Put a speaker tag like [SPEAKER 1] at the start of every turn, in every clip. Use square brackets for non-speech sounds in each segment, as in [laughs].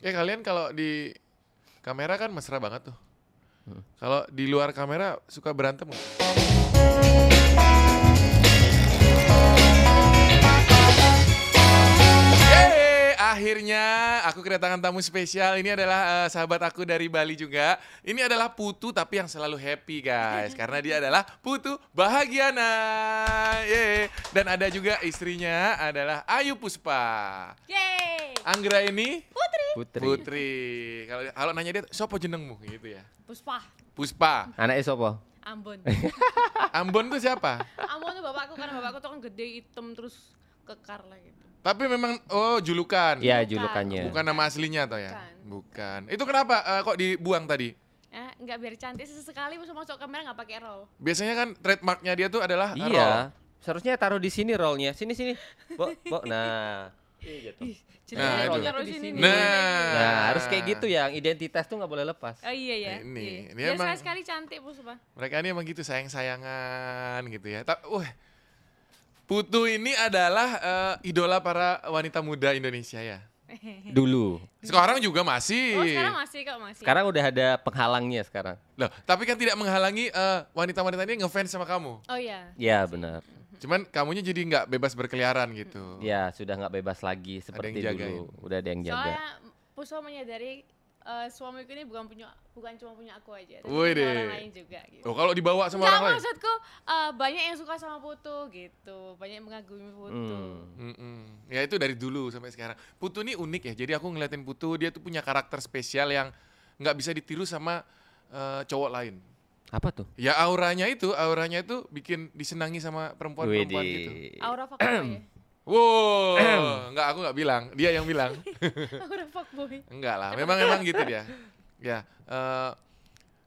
[SPEAKER 1] Kayak Eh, kalian kalau di kamera kan mesra banget tuh. Kalau di luar kamera suka berantem nggak? Yeay, Akhirnya aku kedatangan tamu spesial. Ini adalah eh, sahabat aku dari Bali juga. Ini adalah Putu tapi yang selalu happy guys. Karena dia adalah Putu Bahagiana. Yeay. Dan ada juga istrinya adalah Ayu Puspa.
[SPEAKER 2] Yeay.
[SPEAKER 1] Anggra ini
[SPEAKER 2] Putri.
[SPEAKER 1] Putri.
[SPEAKER 3] Putri.
[SPEAKER 1] Kalau kalau nanya dia sopo jenengmu gitu ya.
[SPEAKER 2] Puspa.
[SPEAKER 1] Puspa.
[SPEAKER 3] Anaknya siapa?
[SPEAKER 1] [laughs]
[SPEAKER 2] Ambon.
[SPEAKER 1] Ambon tuh siapa?
[SPEAKER 2] Ambon tuh bapakku karena bapakku tuh kan gede hitam terus kekar lah gitu.
[SPEAKER 1] Tapi memang oh julukan.
[SPEAKER 3] Iya julukannya.
[SPEAKER 1] Bukan nama aslinya toh ya? Bukan. Itu kenapa eh, kok dibuang tadi?
[SPEAKER 2] Eh, nggak biar cantik sesekali masuk masuk kamera nggak pakai roll.
[SPEAKER 1] Biasanya kan trademarknya dia tuh adalah eh, roll.
[SPEAKER 3] Iya. Seharusnya taruh di sini rollnya. Sini sini. Bo, bo. Nah.
[SPEAKER 2] Ih, jadi
[SPEAKER 1] Nah,
[SPEAKER 2] roll
[SPEAKER 1] itu.
[SPEAKER 2] taruh sini nih.
[SPEAKER 1] Nah.
[SPEAKER 3] Nah, harus kayak gitu yang identitas tuh nggak boleh lepas.
[SPEAKER 1] Eh.
[SPEAKER 2] Oh iya ya.
[SPEAKER 1] Ini,
[SPEAKER 2] iya.
[SPEAKER 1] ini
[SPEAKER 2] Biar
[SPEAKER 1] emang-
[SPEAKER 2] sekali cantik Puspa.
[SPEAKER 1] Mereka ini emang gitu sayang-sayangan gitu ya. Ta- Wah. Putu ini adalah eh, idola para wanita muda Indonesia ya.
[SPEAKER 3] Dulu.
[SPEAKER 1] Sekarang juga masih.
[SPEAKER 2] Oh sekarang masih kok masih.
[SPEAKER 3] Sekarang udah ada penghalangnya sekarang.
[SPEAKER 1] Loh, tapi kan tidak menghalangi eh, wanita-wanita ini ngefans sama kamu.
[SPEAKER 2] Oh iya.
[SPEAKER 3] Ya benar.
[SPEAKER 1] Cuman kamunya jadi nggak bebas berkeliaran gitu.
[SPEAKER 3] Ya sudah nggak bebas lagi seperti
[SPEAKER 1] yang
[SPEAKER 3] dulu. Udah ada yang jaga.
[SPEAKER 2] Soalnya Puspa menyadari eh, suamiku ini bukan punya bukan cuma punya aku aja, tapi
[SPEAKER 1] Wih,
[SPEAKER 2] punya
[SPEAKER 1] deh.
[SPEAKER 2] orang lain juga gitu.
[SPEAKER 1] Oh, kalau dibawa sama
[SPEAKER 2] Enggak
[SPEAKER 1] orang lain.
[SPEAKER 2] maksudku eh, banyak yang suka sama Putu gitu, banyak yang mengagumi Putu.
[SPEAKER 3] Hmm.
[SPEAKER 1] Mm-mm. Ya itu dari dulu sampai sekarang. Putu ini unik ya. Jadi aku ngeliatin Putu, dia tuh punya karakter spesial yang nggak bisa ditiru sama eh, cowok lain.
[SPEAKER 3] Apa tuh?
[SPEAKER 1] Ya auranya itu, auranya itu bikin disenangi sama perempuan-perempuan
[SPEAKER 3] Widih.
[SPEAKER 1] gitu.
[SPEAKER 2] Aura
[SPEAKER 1] [clears throat]
[SPEAKER 2] fuckboy. ya?
[SPEAKER 1] Wow, [clears throat] nggak aku nggak bilang, dia yang bilang.
[SPEAKER 2] Aura fuckboy.
[SPEAKER 1] Enggak lah, memang memang gitu dia. Ya, eh,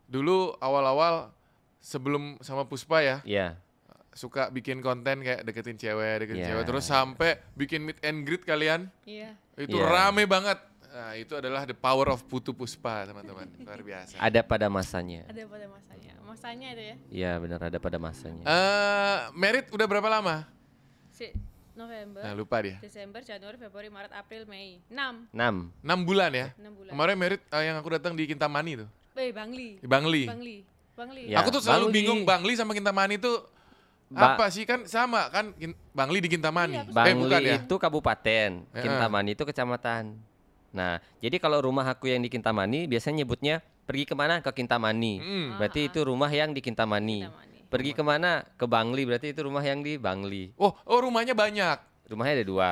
[SPEAKER 1] dulu awal-awal sebelum sama Puspa ya,
[SPEAKER 3] Ya.
[SPEAKER 1] suka bikin konten kayak deketin cewek, deketin
[SPEAKER 3] Ya.
[SPEAKER 1] cewek terus sampai bikin meet and greet kalian.
[SPEAKER 2] Iya.
[SPEAKER 1] Itu
[SPEAKER 3] Ya.
[SPEAKER 1] rame banget. Nah, itu adalah the power of Putu Puspa,
[SPEAKER 2] [laughs]
[SPEAKER 1] teman-teman. Luar biasa. Eh
[SPEAKER 3] Ada pada masanya.
[SPEAKER 2] Ada pada masanya. Masanya itu ya.
[SPEAKER 3] Ya benar ada pada masanya.
[SPEAKER 1] Eh, merit udah berapa lama?
[SPEAKER 2] Si November,
[SPEAKER 1] Nah, lupa dia.
[SPEAKER 2] Desember, Januari, Februari, Maret, April, Mei. 6.
[SPEAKER 3] 6.
[SPEAKER 1] 6 bulan ya.
[SPEAKER 2] 6 bulan.
[SPEAKER 1] Kemarin merit eh, yang aku datang di Kintamani tuh,
[SPEAKER 2] Eh, Bangli.
[SPEAKER 1] di Bangli. Iya.
[SPEAKER 2] Bangli. Bangli.
[SPEAKER 3] Ya,
[SPEAKER 1] aku tuh selalu
[SPEAKER 3] Bangli.
[SPEAKER 1] bingung Bangli sama Kintamani tuh
[SPEAKER 3] Ba-
[SPEAKER 1] apa sih kan sama kan Kin- Bangli di Kintamani.
[SPEAKER 2] Iya, aku
[SPEAKER 1] eh bukan
[SPEAKER 3] Bangli
[SPEAKER 1] ya.
[SPEAKER 3] itu kabupaten,
[SPEAKER 1] Heeh.
[SPEAKER 3] Kintamani itu kecamatan. Nah, jadi kalau rumah aku yang di Kintamani biasanya nyebutnya pergi kemana ke Kintamani.
[SPEAKER 1] Mm.
[SPEAKER 3] Berarti itu rumah yang di Kintamani.
[SPEAKER 2] Kintamani.
[SPEAKER 3] Pergi kemana ke Bangli berarti itu rumah yang di Bangli.
[SPEAKER 1] Oh, oh rumahnya banyak.
[SPEAKER 3] Rumahnya ada dua.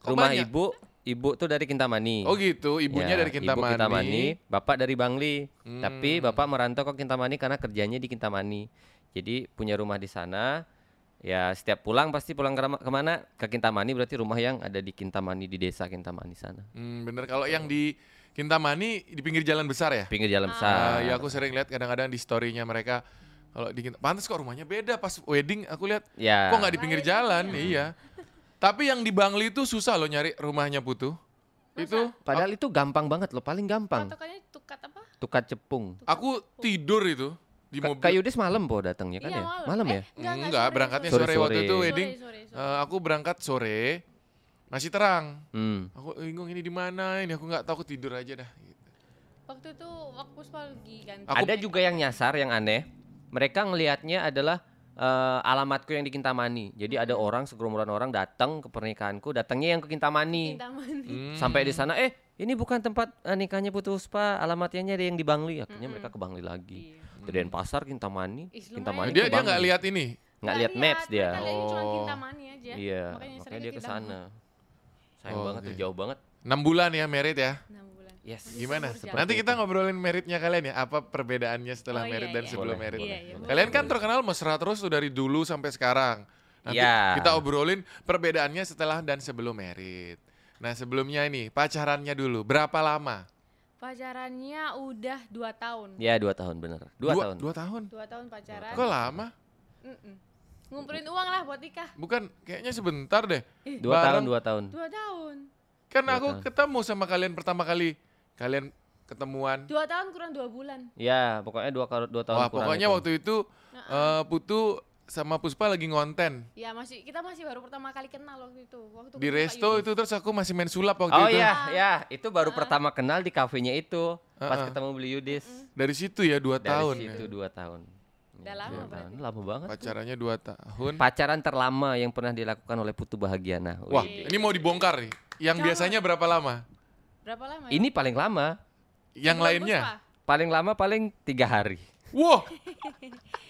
[SPEAKER 1] Kok
[SPEAKER 3] rumah
[SPEAKER 1] banyak?
[SPEAKER 3] ibu, ibu tuh dari Kintamani.
[SPEAKER 1] Oh gitu, ibunya
[SPEAKER 3] Ya,
[SPEAKER 1] dari
[SPEAKER 3] Iya. ibu
[SPEAKER 1] Kintamani.
[SPEAKER 3] bapak dari Bangli.
[SPEAKER 1] Hmm.
[SPEAKER 3] Tapi bapak merantau ke Kintamani karena kerjanya di Kintamani. Jadi punya rumah di sana. Ya setiap pulang pasti pulang ke rama- kemana? Ke Kintamani berarti rumah yang ada di Kintamani di desa Kintamani sana.
[SPEAKER 1] Hmm, bener kalau yang di Kintamani di pinggir jalan besar ya.
[SPEAKER 3] Pinggir
[SPEAKER 1] Ah,
[SPEAKER 3] jalan besar.
[SPEAKER 1] ya aku sering lihat kadang-kadang di story-nya mereka kalau di Kintamani. Pantes kok rumahnya beda pas wedding aku lihat.
[SPEAKER 3] Ya.
[SPEAKER 1] Kok nggak di pinggir
[SPEAKER 2] Lain
[SPEAKER 1] jalan? Iya. Tapi yang di Bangli itu susah loh nyari rumahnya Putu. Itu
[SPEAKER 3] Padahal itu gampang banget loh, paling gampang.
[SPEAKER 2] Patokannya tukat apa?
[SPEAKER 3] Tukar cepung.
[SPEAKER 1] aku tidur itu di
[SPEAKER 3] Ka-
[SPEAKER 1] mobil.
[SPEAKER 3] Kak Yudis malam po datangnya kan
[SPEAKER 2] Iya,
[SPEAKER 3] ya?
[SPEAKER 2] malam.
[SPEAKER 3] Malam
[SPEAKER 2] Eh,
[SPEAKER 3] ya?
[SPEAKER 2] Enggak, enggak,
[SPEAKER 1] Enggak,
[SPEAKER 2] sore,
[SPEAKER 1] berangkatnya
[SPEAKER 3] sore.
[SPEAKER 1] sore, waktu itu
[SPEAKER 3] Sore,
[SPEAKER 1] wedding.
[SPEAKER 2] sore, sore.
[SPEAKER 1] Eh, aku berangkat sore masih terang.
[SPEAKER 3] Hmm.
[SPEAKER 1] Aku bingung ini di mana ini aku nggak tahu aku tidur aja dah. Gitu.
[SPEAKER 2] Waktu itu waktu kan. Puspa lagi ganti.
[SPEAKER 1] Aku-
[SPEAKER 3] Ada juga yang nyasar yang aneh. Mereka ngelihatnya adalah eh, alamatku yang di Kintamani. Jadi ada orang segerombolan orang datang ke pernikahanku, datangnya yang ke Kintamani.
[SPEAKER 2] Kintamani.
[SPEAKER 1] Hmm.
[SPEAKER 3] Sampai di sana eh ini bukan tempat eh, nikahnya Putu Spa, alamatnya ada yang di Bangli. Akhirnya mereka ke Bangli lagi.
[SPEAKER 2] Iya.
[SPEAKER 3] Dari Denpasar Kintamani,
[SPEAKER 2] Ih, lumayan.
[SPEAKER 1] dia
[SPEAKER 3] Kintamani ke
[SPEAKER 1] dia
[SPEAKER 3] Nah, Bangli.
[SPEAKER 1] nggak lihat ini.
[SPEAKER 3] Nggak lihat maps dia.
[SPEAKER 2] Mereka lihatnya cuma
[SPEAKER 1] Oh.
[SPEAKER 2] Kintamani aja.
[SPEAKER 3] Iya,
[SPEAKER 2] Makanya,
[SPEAKER 3] makanya,
[SPEAKER 2] sering
[SPEAKER 3] dia ke
[SPEAKER 2] Kintamani.
[SPEAKER 3] sana. Sayang
[SPEAKER 1] Oh,
[SPEAKER 3] banget tuh
[SPEAKER 1] oke.
[SPEAKER 3] jauh banget.
[SPEAKER 1] 6 bulan ya merit ya.
[SPEAKER 2] Enam bulan.
[SPEAKER 3] Yes.
[SPEAKER 1] Gimana?
[SPEAKER 2] Seperti
[SPEAKER 1] Nanti
[SPEAKER 3] itu.
[SPEAKER 1] kita ngobrolin meritnya kalian ya, apa perbedaannya setelah
[SPEAKER 2] Oh, iya,
[SPEAKER 1] merit dan
[SPEAKER 2] iya.
[SPEAKER 1] sebelum
[SPEAKER 3] Boleh,
[SPEAKER 1] merit.
[SPEAKER 2] boleh, Iya, boleh.
[SPEAKER 1] Kalian kan terkenal mesra terus tuh dari dulu sampai sekarang. Nanti
[SPEAKER 3] Iya.
[SPEAKER 1] kita obrolin perbedaannya setelah dan sebelum merit. Nah sebelumnya ini pacarannya dulu berapa lama?
[SPEAKER 2] Pacarannya udah 2 tahun.
[SPEAKER 3] Ya dua tahun bener. Dua, tahun.
[SPEAKER 1] Dua tahun.
[SPEAKER 2] 2 tahun pacaran.
[SPEAKER 1] Kok lama?
[SPEAKER 2] Mm-mm. Ngumpulin uang lah buat nikah.
[SPEAKER 1] Bukan kayaknya sebentar deh.
[SPEAKER 3] Dua tahun.
[SPEAKER 1] Bareng-
[SPEAKER 3] Dua tahun.
[SPEAKER 2] 2 tahun.
[SPEAKER 1] Kan
[SPEAKER 3] Dua
[SPEAKER 1] aku
[SPEAKER 3] tahun.
[SPEAKER 1] ketemu sama kalian pertama kali kalian ketemuan.
[SPEAKER 2] 2 tahun kurang 2 bulan.
[SPEAKER 3] Ya pokoknya dua, kar- dua tahun
[SPEAKER 1] Wah
[SPEAKER 3] kurang
[SPEAKER 1] pokoknya
[SPEAKER 3] itu.
[SPEAKER 1] waktu itu eh, Putu sama Puspa lagi ngonten
[SPEAKER 2] Ya masih kita masih baru pertama kali kenal waktu itu.
[SPEAKER 1] di
[SPEAKER 2] Waktu ketemu Kak
[SPEAKER 1] resto
[SPEAKER 2] Yudi.
[SPEAKER 1] itu terus aku masih main sulap waktu
[SPEAKER 3] Oh
[SPEAKER 1] itu.
[SPEAKER 3] iya, ya, itu baru pertama kenal di kafenya itu pas
[SPEAKER 1] Heeh.
[SPEAKER 3] ketemu beli Yudis.
[SPEAKER 1] Dari situ ya dua
[SPEAKER 3] Dari
[SPEAKER 1] Ah, tahun.
[SPEAKER 3] situ dua tahun.
[SPEAKER 2] Udah
[SPEAKER 3] Iya,
[SPEAKER 2] lama
[SPEAKER 3] dua
[SPEAKER 2] berarti.
[SPEAKER 3] tahun. Lama banget.
[SPEAKER 1] Ya.
[SPEAKER 3] tuh.
[SPEAKER 1] Pacarannya dua tahun.
[SPEAKER 3] Pacaran terlama yang pernah dilakukan oleh Putu Bahagiana.
[SPEAKER 1] Wah,
[SPEAKER 3] Wih.
[SPEAKER 1] ini mau dibongkar nih. Yang
[SPEAKER 2] Jangan.
[SPEAKER 1] biasanya berapa lama?
[SPEAKER 2] Berapa lama? ya?
[SPEAKER 3] ini paling lama,
[SPEAKER 1] Yang
[SPEAKER 2] Sebelum
[SPEAKER 1] lainnya?
[SPEAKER 2] Puspa?
[SPEAKER 3] paling lama paling tiga hari.
[SPEAKER 2] [laughs]
[SPEAKER 1] Wah,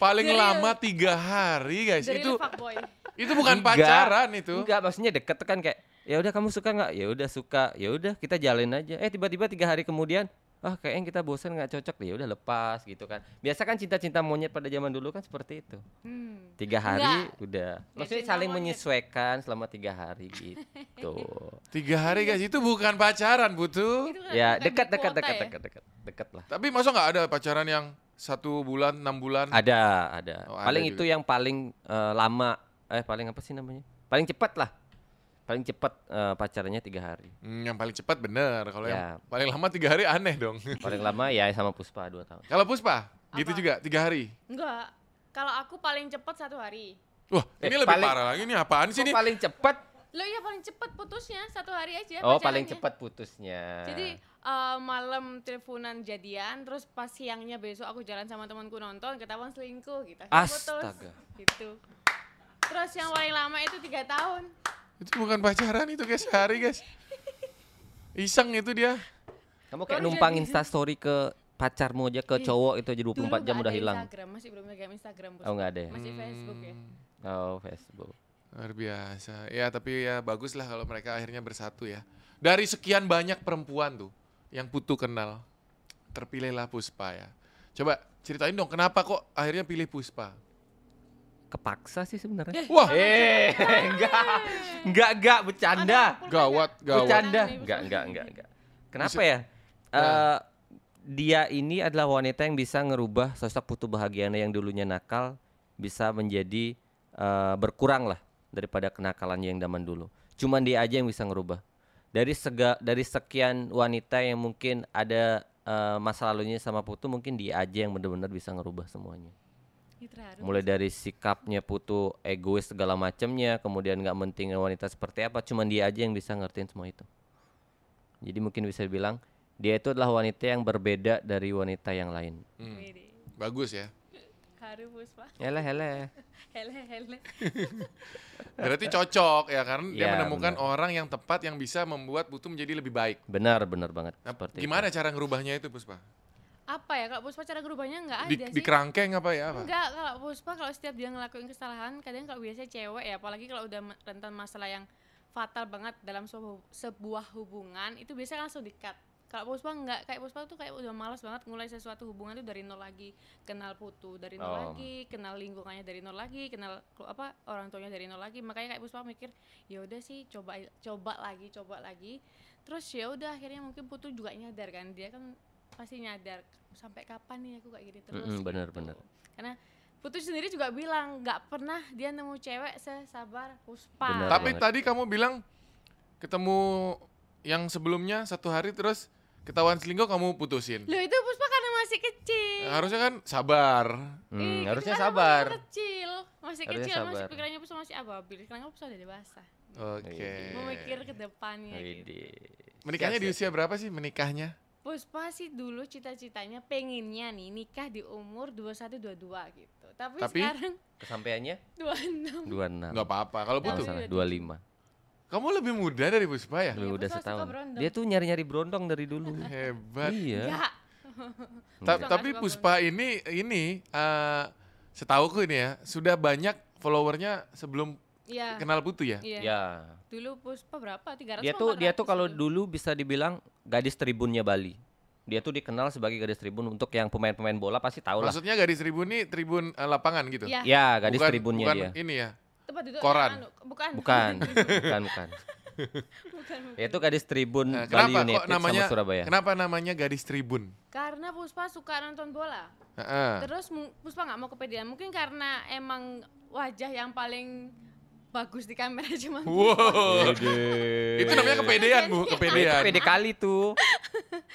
[SPEAKER 1] paling
[SPEAKER 2] Dari-
[SPEAKER 1] lama tiga hari guys.
[SPEAKER 2] Dari
[SPEAKER 1] itu
[SPEAKER 2] fuckboy.
[SPEAKER 1] itu bukan
[SPEAKER 3] Enggak.
[SPEAKER 1] Kan pacaran itu.
[SPEAKER 3] Enggak, maksudnya deket kan kayak ya udah kamu suka nggak? Ya udah suka. Ya udah kita jalin aja. Eh tiba-tiba tiga hari kemudian ah kayaknya kita bosan nggak cocok ya udah lepas gitu kan biasa kan cinta-cinta monyet pada zaman dulu kan seperti itu
[SPEAKER 2] Hmm.
[SPEAKER 3] tiga hari
[SPEAKER 2] Enggak.
[SPEAKER 3] udah maksudnya
[SPEAKER 2] cinta
[SPEAKER 3] saling
[SPEAKER 2] monyet.
[SPEAKER 3] menyesuaikan selama tiga hari
[SPEAKER 2] [laughs]
[SPEAKER 3] gitu
[SPEAKER 1] Tiga hari guys itu bukan pacaran butuh.
[SPEAKER 2] Itu kan
[SPEAKER 3] ya
[SPEAKER 2] bukan
[SPEAKER 3] dekat
[SPEAKER 2] di
[SPEAKER 3] dekat
[SPEAKER 2] kota
[SPEAKER 3] dekat
[SPEAKER 2] ya?
[SPEAKER 3] dekat dekat dekat lah
[SPEAKER 1] Tapi masa nggak ada pacaran yang satu bulan enam bulan?
[SPEAKER 3] ada ada
[SPEAKER 1] Oh, ada
[SPEAKER 3] paling
[SPEAKER 1] juga.
[SPEAKER 3] itu yang paling eh, lama eh paling apa sih namanya paling cepat lah paling cepat eh, pacarnya tiga hari
[SPEAKER 1] Hmm, yang paling cepat bener. Kalau yang
[SPEAKER 3] Ya.
[SPEAKER 1] paling lama tiga hari aneh dong.
[SPEAKER 3] paling lama ya sama Puspa dua tahun
[SPEAKER 1] Kalau Puspa gitu
[SPEAKER 2] Apa?
[SPEAKER 1] juga tiga hari.
[SPEAKER 2] Enggak. Kalau aku paling cepat satu hari.
[SPEAKER 1] Wah,
[SPEAKER 3] Eh,
[SPEAKER 1] ini lebih
[SPEAKER 3] paling-
[SPEAKER 1] parah lagi nih apaan sih ini?
[SPEAKER 3] Kok Oh, paling cepat
[SPEAKER 2] Lo ya paling cepat putusnya satu hari aja.
[SPEAKER 3] oh paling
[SPEAKER 2] pacarannya.
[SPEAKER 3] cepat putusnya
[SPEAKER 2] Eh, ya? Jadi eh, malam teleponan jadian, terus pas siangnya besok aku jalan sama temanku nonton, ketahuan selingkuh gitu. Akhirnya
[SPEAKER 3] Astaga.
[SPEAKER 2] Putus, gitu. Terus yang paling lama itu tiga tahun.
[SPEAKER 1] Itu bukan pacaran itu guys, sehari guys. Iseng itu dia.
[SPEAKER 3] kamu kayak
[SPEAKER 2] baru
[SPEAKER 3] numpang
[SPEAKER 2] jadi.
[SPEAKER 3] instastory ke pacarmu aja ke cowok itu aja
[SPEAKER 2] Iya.
[SPEAKER 3] 24
[SPEAKER 2] Dulu
[SPEAKER 3] jam
[SPEAKER 2] nggak
[SPEAKER 3] udah
[SPEAKER 2] ada
[SPEAKER 3] hilang
[SPEAKER 2] Instagram, masih belum megang Instagram. Bos.
[SPEAKER 3] oh nggak ada ya
[SPEAKER 2] Masih Facebook ya.
[SPEAKER 3] oh Facebook
[SPEAKER 2] Iya,
[SPEAKER 1] Luar biasa. Ya, tapi ya bagus lah kalau mereka akhirnya bersatu ya. Dari sekian banyak perempuan tuh yang Putu kenal, terpilihlah Puspa ya. Coba ceritain dong kenapa kok akhirnya pilih Puspa?
[SPEAKER 2] iya.
[SPEAKER 3] kepaksa sih sebenarnya
[SPEAKER 1] Wah,
[SPEAKER 3] Eh, enggak. Enggak, enggak bercanda.
[SPEAKER 2] Ada pulpen
[SPEAKER 1] gawat,
[SPEAKER 2] nggak?
[SPEAKER 1] gawat.
[SPEAKER 3] Bercanda.
[SPEAKER 2] Tangan nih,
[SPEAKER 3] Enggak,
[SPEAKER 2] Bos.
[SPEAKER 3] enggak, enggak, enggak. Kenapa ya? Eh, dia ini adalah wanita yang bisa ngerubah sosok putu bahagiana yang dulunya nakal bisa menjadi eh, berkurang lah daripada kenakalannya yang zaman dulu. Cuman dia aja yang bisa ngerubah. Dari sega, dari sekian wanita yang mungkin ada eh, masa lalunya sama putu mungkin dia aja yang benar-benar bisa ngerubah semuanya
[SPEAKER 2] Ih, terharu.
[SPEAKER 3] mulai dari sikapnya putu egois segala macamnya kemudian nggak mentingin wanita seperti apa cuman dia aja yang bisa ngertiin semua itu jadi mungkin bisa bilang dia itu adalah wanita yang berbeda dari wanita yang lain
[SPEAKER 1] Hmm,
[SPEAKER 2] Wih, deh.
[SPEAKER 1] bagus ya.
[SPEAKER 2] Haru Puspa.
[SPEAKER 3] hele hele
[SPEAKER 2] Hele hele.
[SPEAKER 1] Berarti cocok ya karena dia
[SPEAKER 3] Ya,
[SPEAKER 1] menemukan
[SPEAKER 3] benar.
[SPEAKER 1] orang yang tepat yang bisa membuat Putu menjadi lebih baik.
[SPEAKER 3] benar benar banget
[SPEAKER 1] Nah,
[SPEAKER 3] seperti
[SPEAKER 1] gimana cara ngerubahnya itu Puspa?
[SPEAKER 2] Apa ya kalau Puspa cara gerubahnya nggak ada
[SPEAKER 1] Di,
[SPEAKER 2] sih.
[SPEAKER 1] di kerangkeng apa ya apa?
[SPEAKER 2] Enggak, kalau Puspa kalau setiap dia ngelakuin kesalahan, kadang kalau biasanya cewek ya, apalagi kalau udah me- rentan masalah yang fatal banget dalam sebuah, sebuah hubungan, itu biasanya langsung di-cut. Kalau Puspa enggak, kayak Puspa tuh kayak udah malas banget mulai sesuatu hubungan tuh dari nol lagi, kenal putu dari nol
[SPEAKER 3] Oh.
[SPEAKER 2] lagi, kenal lingkungannya dari nol lagi, kenal kelu- apa orang tuanya dari nol lagi. Makanya kayak Puspa mikir, ya udah sih coba coba lagi, coba lagi. Terus ya udah akhirnya mungkin putu juga nyadar kan, dia kan pasti nyadar sampai kapan nih aku kayak gini terus.
[SPEAKER 3] Mm-mm, bener,
[SPEAKER 2] gitu.
[SPEAKER 3] bener.
[SPEAKER 2] Karena Putu sendiri juga bilang nggak pernah dia nemu cewek sesabar Puspa.
[SPEAKER 3] Benar.
[SPEAKER 1] Tapi
[SPEAKER 3] banget.
[SPEAKER 1] tadi kamu bilang ketemu yang sebelumnya satu hari terus ketahuan selingkuh kamu putusin.
[SPEAKER 2] Loh itu Puspa karena masih kecil.
[SPEAKER 1] Harusnya kan sabar.
[SPEAKER 3] itu. Hmm,
[SPEAKER 2] Ih, itu
[SPEAKER 3] harusnya
[SPEAKER 2] karena
[SPEAKER 3] sabar
[SPEAKER 2] Puspa kecil, masih
[SPEAKER 3] Harusnya
[SPEAKER 2] kecil, masih
[SPEAKER 3] sabar.
[SPEAKER 2] pikirannya Puspa masih ababil. Karena Puspa udah dewasa,
[SPEAKER 1] Oke.
[SPEAKER 3] Iya.
[SPEAKER 2] memikir ke depannya gitu.
[SPEAKER 3] Widih.
[SPEAKER 1] Menikahnya di
[SPEAKER 3] Siap, siap.
[SPEAKER 1] usia berapa sih menikahnya?
[SPEAKER 2] Puspa sih dulu cita-citanya pengennya nih nikah di umur 21 22 gitu. Tapi,
[SPEAKER 1] Tapi?
[SPEAKER 2] sekarang [laughs]
[SPEAKER 3] kesampaiannya
[SPEAKER 2] 26.
[SPEAKER 3] 26
[SPEAKER 1] Nggak gitu. apa-apa kalau
[SPEAKER 3] Kalau
[SPEAKER 1] putus.
[SPEAKER 2] Iya,
[SPEAKER 3] salah, 25
[SPEAKER 1] Kamu lebih muda dari Puspa ya?
[SPEAKER 2] Iya,
[SPEAKER 3] Lu udah
[SPEAKER 2] Puspa suka
[SPEAKER 3] setahun
[SPEAKER 2] berondong.
[SPEAKER 3] dia tuh nyari-nyari berondong dari
[SPEAKER 2] [laughs]
[SPEAKER 3] dulu
[SPEAKER 1] Hebat.
[SPEAKER 3] iya
[SPEAKER 2] Enggak.
[SPEAKER 1] Ta-
[SPEAKER 2] Puspa nggak
[SPEAKER 1] tapi
[SPEAKER 2] suka
[SPEAKER 1] Puspa ini ini eh setauku ini ya sudah banyak followernya sebelum
[SPEAKER 2] Iya.
[SPEAKER 1] kenal Putu ya.
[SPEAKER 2] Iya.
[SPEAKER 3] ya
[SPEAKER 2] Dulu Puspa berapa? 300
[SPEAKER 3] dia
[SPEAKER 2] apa
[SPEAKER 3] tuh dia tuh
[SPEAKER 2] 400
[SPEAKER 3] kalau
[SPEAKER 2] gitu?
[SPEAKER 3] kan dulu bisa dibilang gadis tribunnya Bali. Dia tuh dikenal sebagai gadis tribun untuk yang pemain-pemain bola pasti tahu lah.
[SPEAKER 1] Maksudnya gadis tribun ini tribun eh, lapangan gitu.
[SPEAKER 2] Iya.
[SPEAKER 3] Ya, gadis
[SPEAKER 1] Bukan-
[SPEAKER 3] tribunnya
[SPEAKER 1] bukan
[SPEAKER 3] dia.
[SPEAKER 1] ini ya.
[SPEAKER 2] Tempat duduk
[SPEAKER 1] Koran.
[SPEAKER 2] anu, bukan.
[SPEAKER 3] Bukan, bukan, bukan.
[SPEAKER 2] bukan.
[SPEAKER 3] Dia tuh gadis tribun
[SPEAKER 1] Nah, kenapa
[SPEAKER 3] Bali
[SPEAKER 1] kok
[SPEAKER 3] United
[SPEAKER 1] namanya
[SPEAKER 3] sama Surabaya.
[SPEAKER 1] Kenapa namanya gadis tribun?
[SPEAKER 2] Karena Puspa suka nonton bola.
[SPEAKER 1] Heeh.
[SPEAKER 2] Terus mu- Puspa nggak mau kepedean. Mungkin karena emang wajah yang paling bagus di kamera [laughs] cuma
[SPEAKER 1] Wow. [laughs] Itu namanya kepedean, Bu, kepedean.
[SPEAKER 3] Pede kali tuh.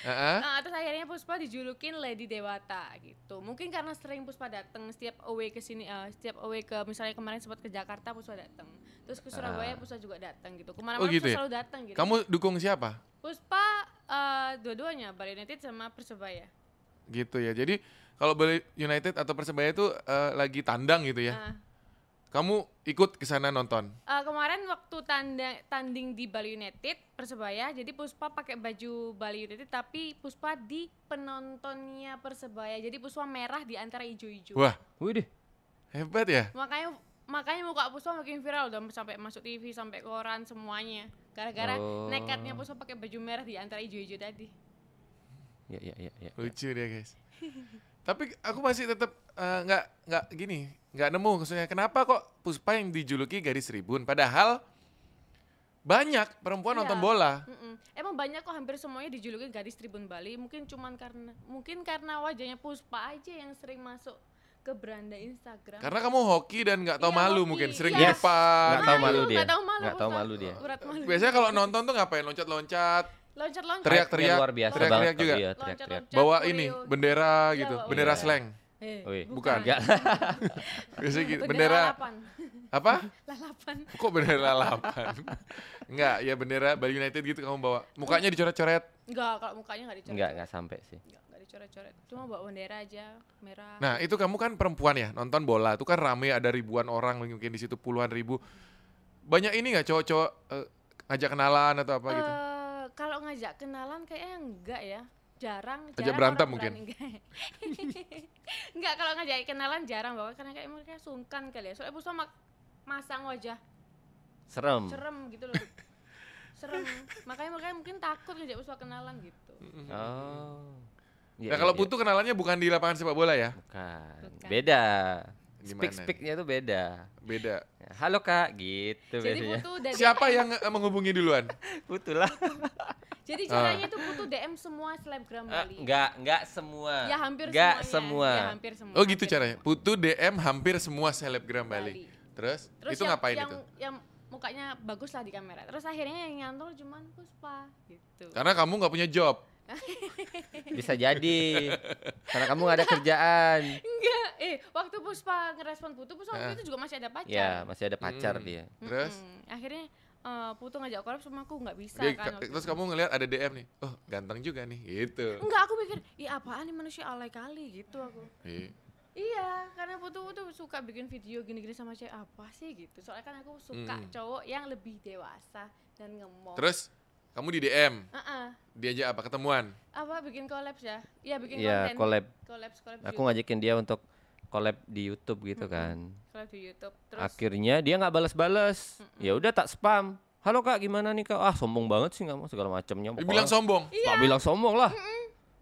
[SPEAKER 1] Heeh.
[SPEAKER 2] Nah, terus akhirnya Puspa dijulukin Lady Dewata gitu. Mungkin karena sering Puspa datang setiap away ke sini, eh, setiap away ke misalnya kemarin sempat ke Jakarta Puspa datang. Terus ke Surabaya Puspa juga datang gitu. Kemana-mana
[SPEAKER 1] Ah. Oh, gitu
[SPEAKER 2] Puspa
[SPEAKER 1] ya?
[SPEAKER 2] selalu datang gitu.
[SPEAKER 1] Kamu dukung siapa?
[SPEAKER 2] Puspa eh, dua-duanya Bali United sama Persebaya.
[SPEAKER 1] Gitu ya. Jadi kalau Bali United atau Persebaya itu eh, lagi tandang gitu ya.
[SPEAKER 2] Nah,
[SPEAKER 1] Kamu ikut ke sana nonton.
[SPEAKER 2] eh, kemarin waktu tanda, tanding di Bali United Persebaya, jadi Puspa pakai baju Bali United tapi Puspa di penontonnya Persebaya. Jadi Puspa merah di antara ijo-ijo.
[SPEAKER 1] Wah,
[SPEAKER 3] Wih,
[SPEAKER 1] hebat ya.
[SPEAKER 2] makanya makanya muka Puspa makin viral udah sampai masuk TV sampai koran semuanya gara-gara
[SPEAKER 3] Oh.
[SPEAKER 2] nekatnya Puspa pakai baju merah di antara hijau-hijau tadi
[SPEAKER 3] ya ya ya ya.
[SPEAKER 1] Lucu dia, guys. [laughs] Tapi aku masih tetap eh, nggak nggak gini, nggak nemu maksudnya kenapa kok Puspa yang dijuluki gadis tribun padahal banyak perempuan
[SPEAKER 2] Iya.
[SPEAKER 1] nonton bola.
[SPEAKER 2] Mm-mm. emang banyak kok hampir semuanya dijuluki gadis Tribun Bali mungkin cuman karena mungkin karena wajahnya Puspa aja yang sering masuk ke beranda Instagram
[SPEAKER 1] Karena kamu hoki dan nggak tahu
[SPEAKER 2] Iya,
[SPEAKER 1] malu
[SPEAKER 2] hoki.
[SPEAKER 1] mungkin sering
[SPEAKER 2] Iya.
[SPEAKER 1] di depan.
[SPEAKER 3] Nggak tahu malu dia.
[SPEAKER 2] nggak tahu malu
[SPEAKER 3] Nggak tahu
[SPEAKER 2] Puspa.
[SPEAKER 3] malu dia.
[SPEAKER 2] urat malu
[SPEAKER 1] Biasanya kalau nonton tuh ngapain? Loncat-loncat,
[SPEAKER 2] loncat-loncat
[SPEAKER 1] Teriak,
[SPEAKER 3] Hype-nya
[SPEAKER 1] teriak-teriak,
[SPEAKER 3] luar biasa
[SPEAKER 1] teriak-teriak
[SPEAKER 3] banget
[SPEAKER 1] juga.
[SPEAKER 3] kalau dia teriak-teriak.
[SPEAKER 2] Loncat-loncat,
[SPEAKER 1] bawa
[SPEAKER 2] choreo.
[SPEAKER 1] ini bendera
[SPEAKER 2] Iya,
[SPEAKER 1] gitu,
[SPEAKER 2] bawa
[SPEAKER 1] bendera
[SPEAKER 3] bendera.
[SPEAKER 1] slang.
[SPEAKER 2] Eh,
[SPEAKER 3] Wih,
[SPEAKER 1] Bukan.
[SPEAKER 3] Enggak. [laughs]
[SPEAKER 1] Biasanya gitu, bendera
[SPEAKER 2] bendera lalapan
[SPEAKER 1] apa?
[SPEAKER 2] lalapan
[SPEAKER 1] Kok bendera lalapan? [laughs] Enggak, ya bendera Bali United gitu kamu bawa. Mukanya dicoret-coret.
[SPEAKER 2] enggak kalau mukanya enggak dicoret
[SPEAKER 3] Enggak, enggak sampai sih.
[SPEAKER 2] Enggak, enggak dicoret-coret. Cuma bawa bendera aja, merah.
[SPEAKER 1] Nah, itu kamu kan perempuan ya, nonton bola. Itu kan rame ada ribuan orang mungkin di situ puluhan ribu. Banyak ini nggak cowok-cowok eh, ngajak kenalan atau apa gitu?
[SPEAKER 2] Eh, kalau ngajak kenalan kayaknya enggak ya. Jarang,
[SPEAKER 1] Ajak
[SPEAKER 2] jarang
[SPEAKER 1] berantem
[SPEAKER 2] orang
[SPEAKER 1] mungkin.
[SPEAKER 2] berani, Enggak. enggak, [laughs] kalau ngajak kenalan jarang bawa karena kayak mereka sungkan kali ya. Soalnya Puspa mak- masang wajah
[SPEAKER 3] Serem.
[SPEAKER 2] serem gitu loh. [laughs] serem. Makanya mereka mungkin takut ngajak Puspa kenalan gitu.
[SPEAKER 3] Oh.
[SPEAKER 1] nah,
[SPEAKER 3] Ya, ya,
[SPEAKER 1] kalau
[SPEAKER 2] Iya,
[SPEAKER 3] ya.
[SPEAKER 1] Putu kenalannya bukan di lapangan sepak bola ya?
[SPEAKER 3] Bukan.
[SPEAKER 2] Bukan.
[SPEAKER 3] Beda.
[SPEAKER 1] Gimana?
[SPEAKER 3] Speak speaknya tuh beda.
[SPEAKER 1] Beda.
[SPEAKER 3] Halo kak, gitu
[SPEAKER 2] Jadi
[SPEAKER 3] biasanya.
[SPEAKER 2] Putu dari
[SPEAKER 1] Siapa yang eh, menghubungi duluan?
[SPEAKER 3] Putu lah.
[SPEAKER 2] Jadi caranya itu Putu DM semua selebgram
[SPEAKER 3] Eh,
[SPEAKER 2] Bali.
[SPEAKER 3] Ah. Enggak, enggak semua.
[SPEAKER 2] Ya hampir
[SPEAKER 3] enggak
[SPEAKER 2] semuanya.
[SPEAKER 3] semua.
[SPEAKER 2] Ya hampir semua.
[SPEAKER 1] Oh gitu
[SPEAKER 2] hampir
[SPEAKER 1] caranya.
[SPEAKER 2] semua.
[SPEAKER 1] Putu DM hampir semua selebgram Bali.
[SPEAKER 2] Bali.
[SPEAKER 1] Terus,
[SPEAKER 2] Terus
[SPEAKER 1] itu
[SPEAKER 2] yang,
[SPEAKER 1] ngapain
[SPEAKER 2] yang,
[SPEAKER 1] itu?
[SPEAKER 2] Yang mukanya bagus lah di kamera. Terus akhirnya yang nyantol cuman Puspa gitu.
[SPEAKER 1] Karena kamu nggak punya job.
[SPEAKER 3] Bisa jadi. Karena kamu nggak ada kerjaan.
[SPEAKER 2] Enggak, eh waktu Puspa ngerespon Putu, Puspa waktu
[SPEAKER 1] Ah.
[SPEAKER 2] itu juga masih ada pacar.
[SPEAKER 3] Ya, masih ada pacar
[SPEAKER 1] Hmm.
[SPEAKER 3] dia.
[SPEAKER 1] Terus,
[SPEAKER 2] Mm-mm. Akhirnya eh, Putu ngajak collab sama aku nggak bisa
[SPEAKER 1] dia-
[SPEAKER 2] kan. waktu
[SPEAKER 1] terus
[SPEAKER 2] itu.
[SPEAKER 1] kamu ngelihat ada DM nih. Oh, ganteng juga nih. Gitu.
[SPEAKER 2] Enggak, aku pikir, ih apaan nih manusia alay kali gitu aku.
[SPEAKER 1] Iya.
[SPEAKER 2] Iya, karena Putu tuh suka bikin video gini-gini sama cewek apa sih gitu. Soalnya kan aku suka
[SPEAKER 1] Mm.
[SPEAKER 2] cowok yang lebih dewasa dan ngemong.
[SPEAKER 1] Terus kamu di DM,
[SPEAKER 2] Ah-ah.
[SPEAKER 1] diajak apa? Ketemuan.
[SPEAKER 2] apa bikin collab ya? Iya bikin
[SPEAKER 3] Iya,
[SPEAKER 2] konten.
[SPEAKER 3] collab.
[SPEAKER 2] Collabs, collab di
[SPEAKER 3] Aku ngajakin dia untuk collab di YouTube gitu kan.
[SPEAKER 2] Kalau di YouTube terus
[SPEAKER 3] Akhirnya dia nggak balas-balas. Ya udah tak spam. Halo kak, gimana nih kak? Ah sombong banget sih nggak mau segala macamnya.
[SPEAKER 1] Dia bilang sombong.
[SPEAKER 2] Iya.
[SPEAKER 3] Pak bilang sombong lah.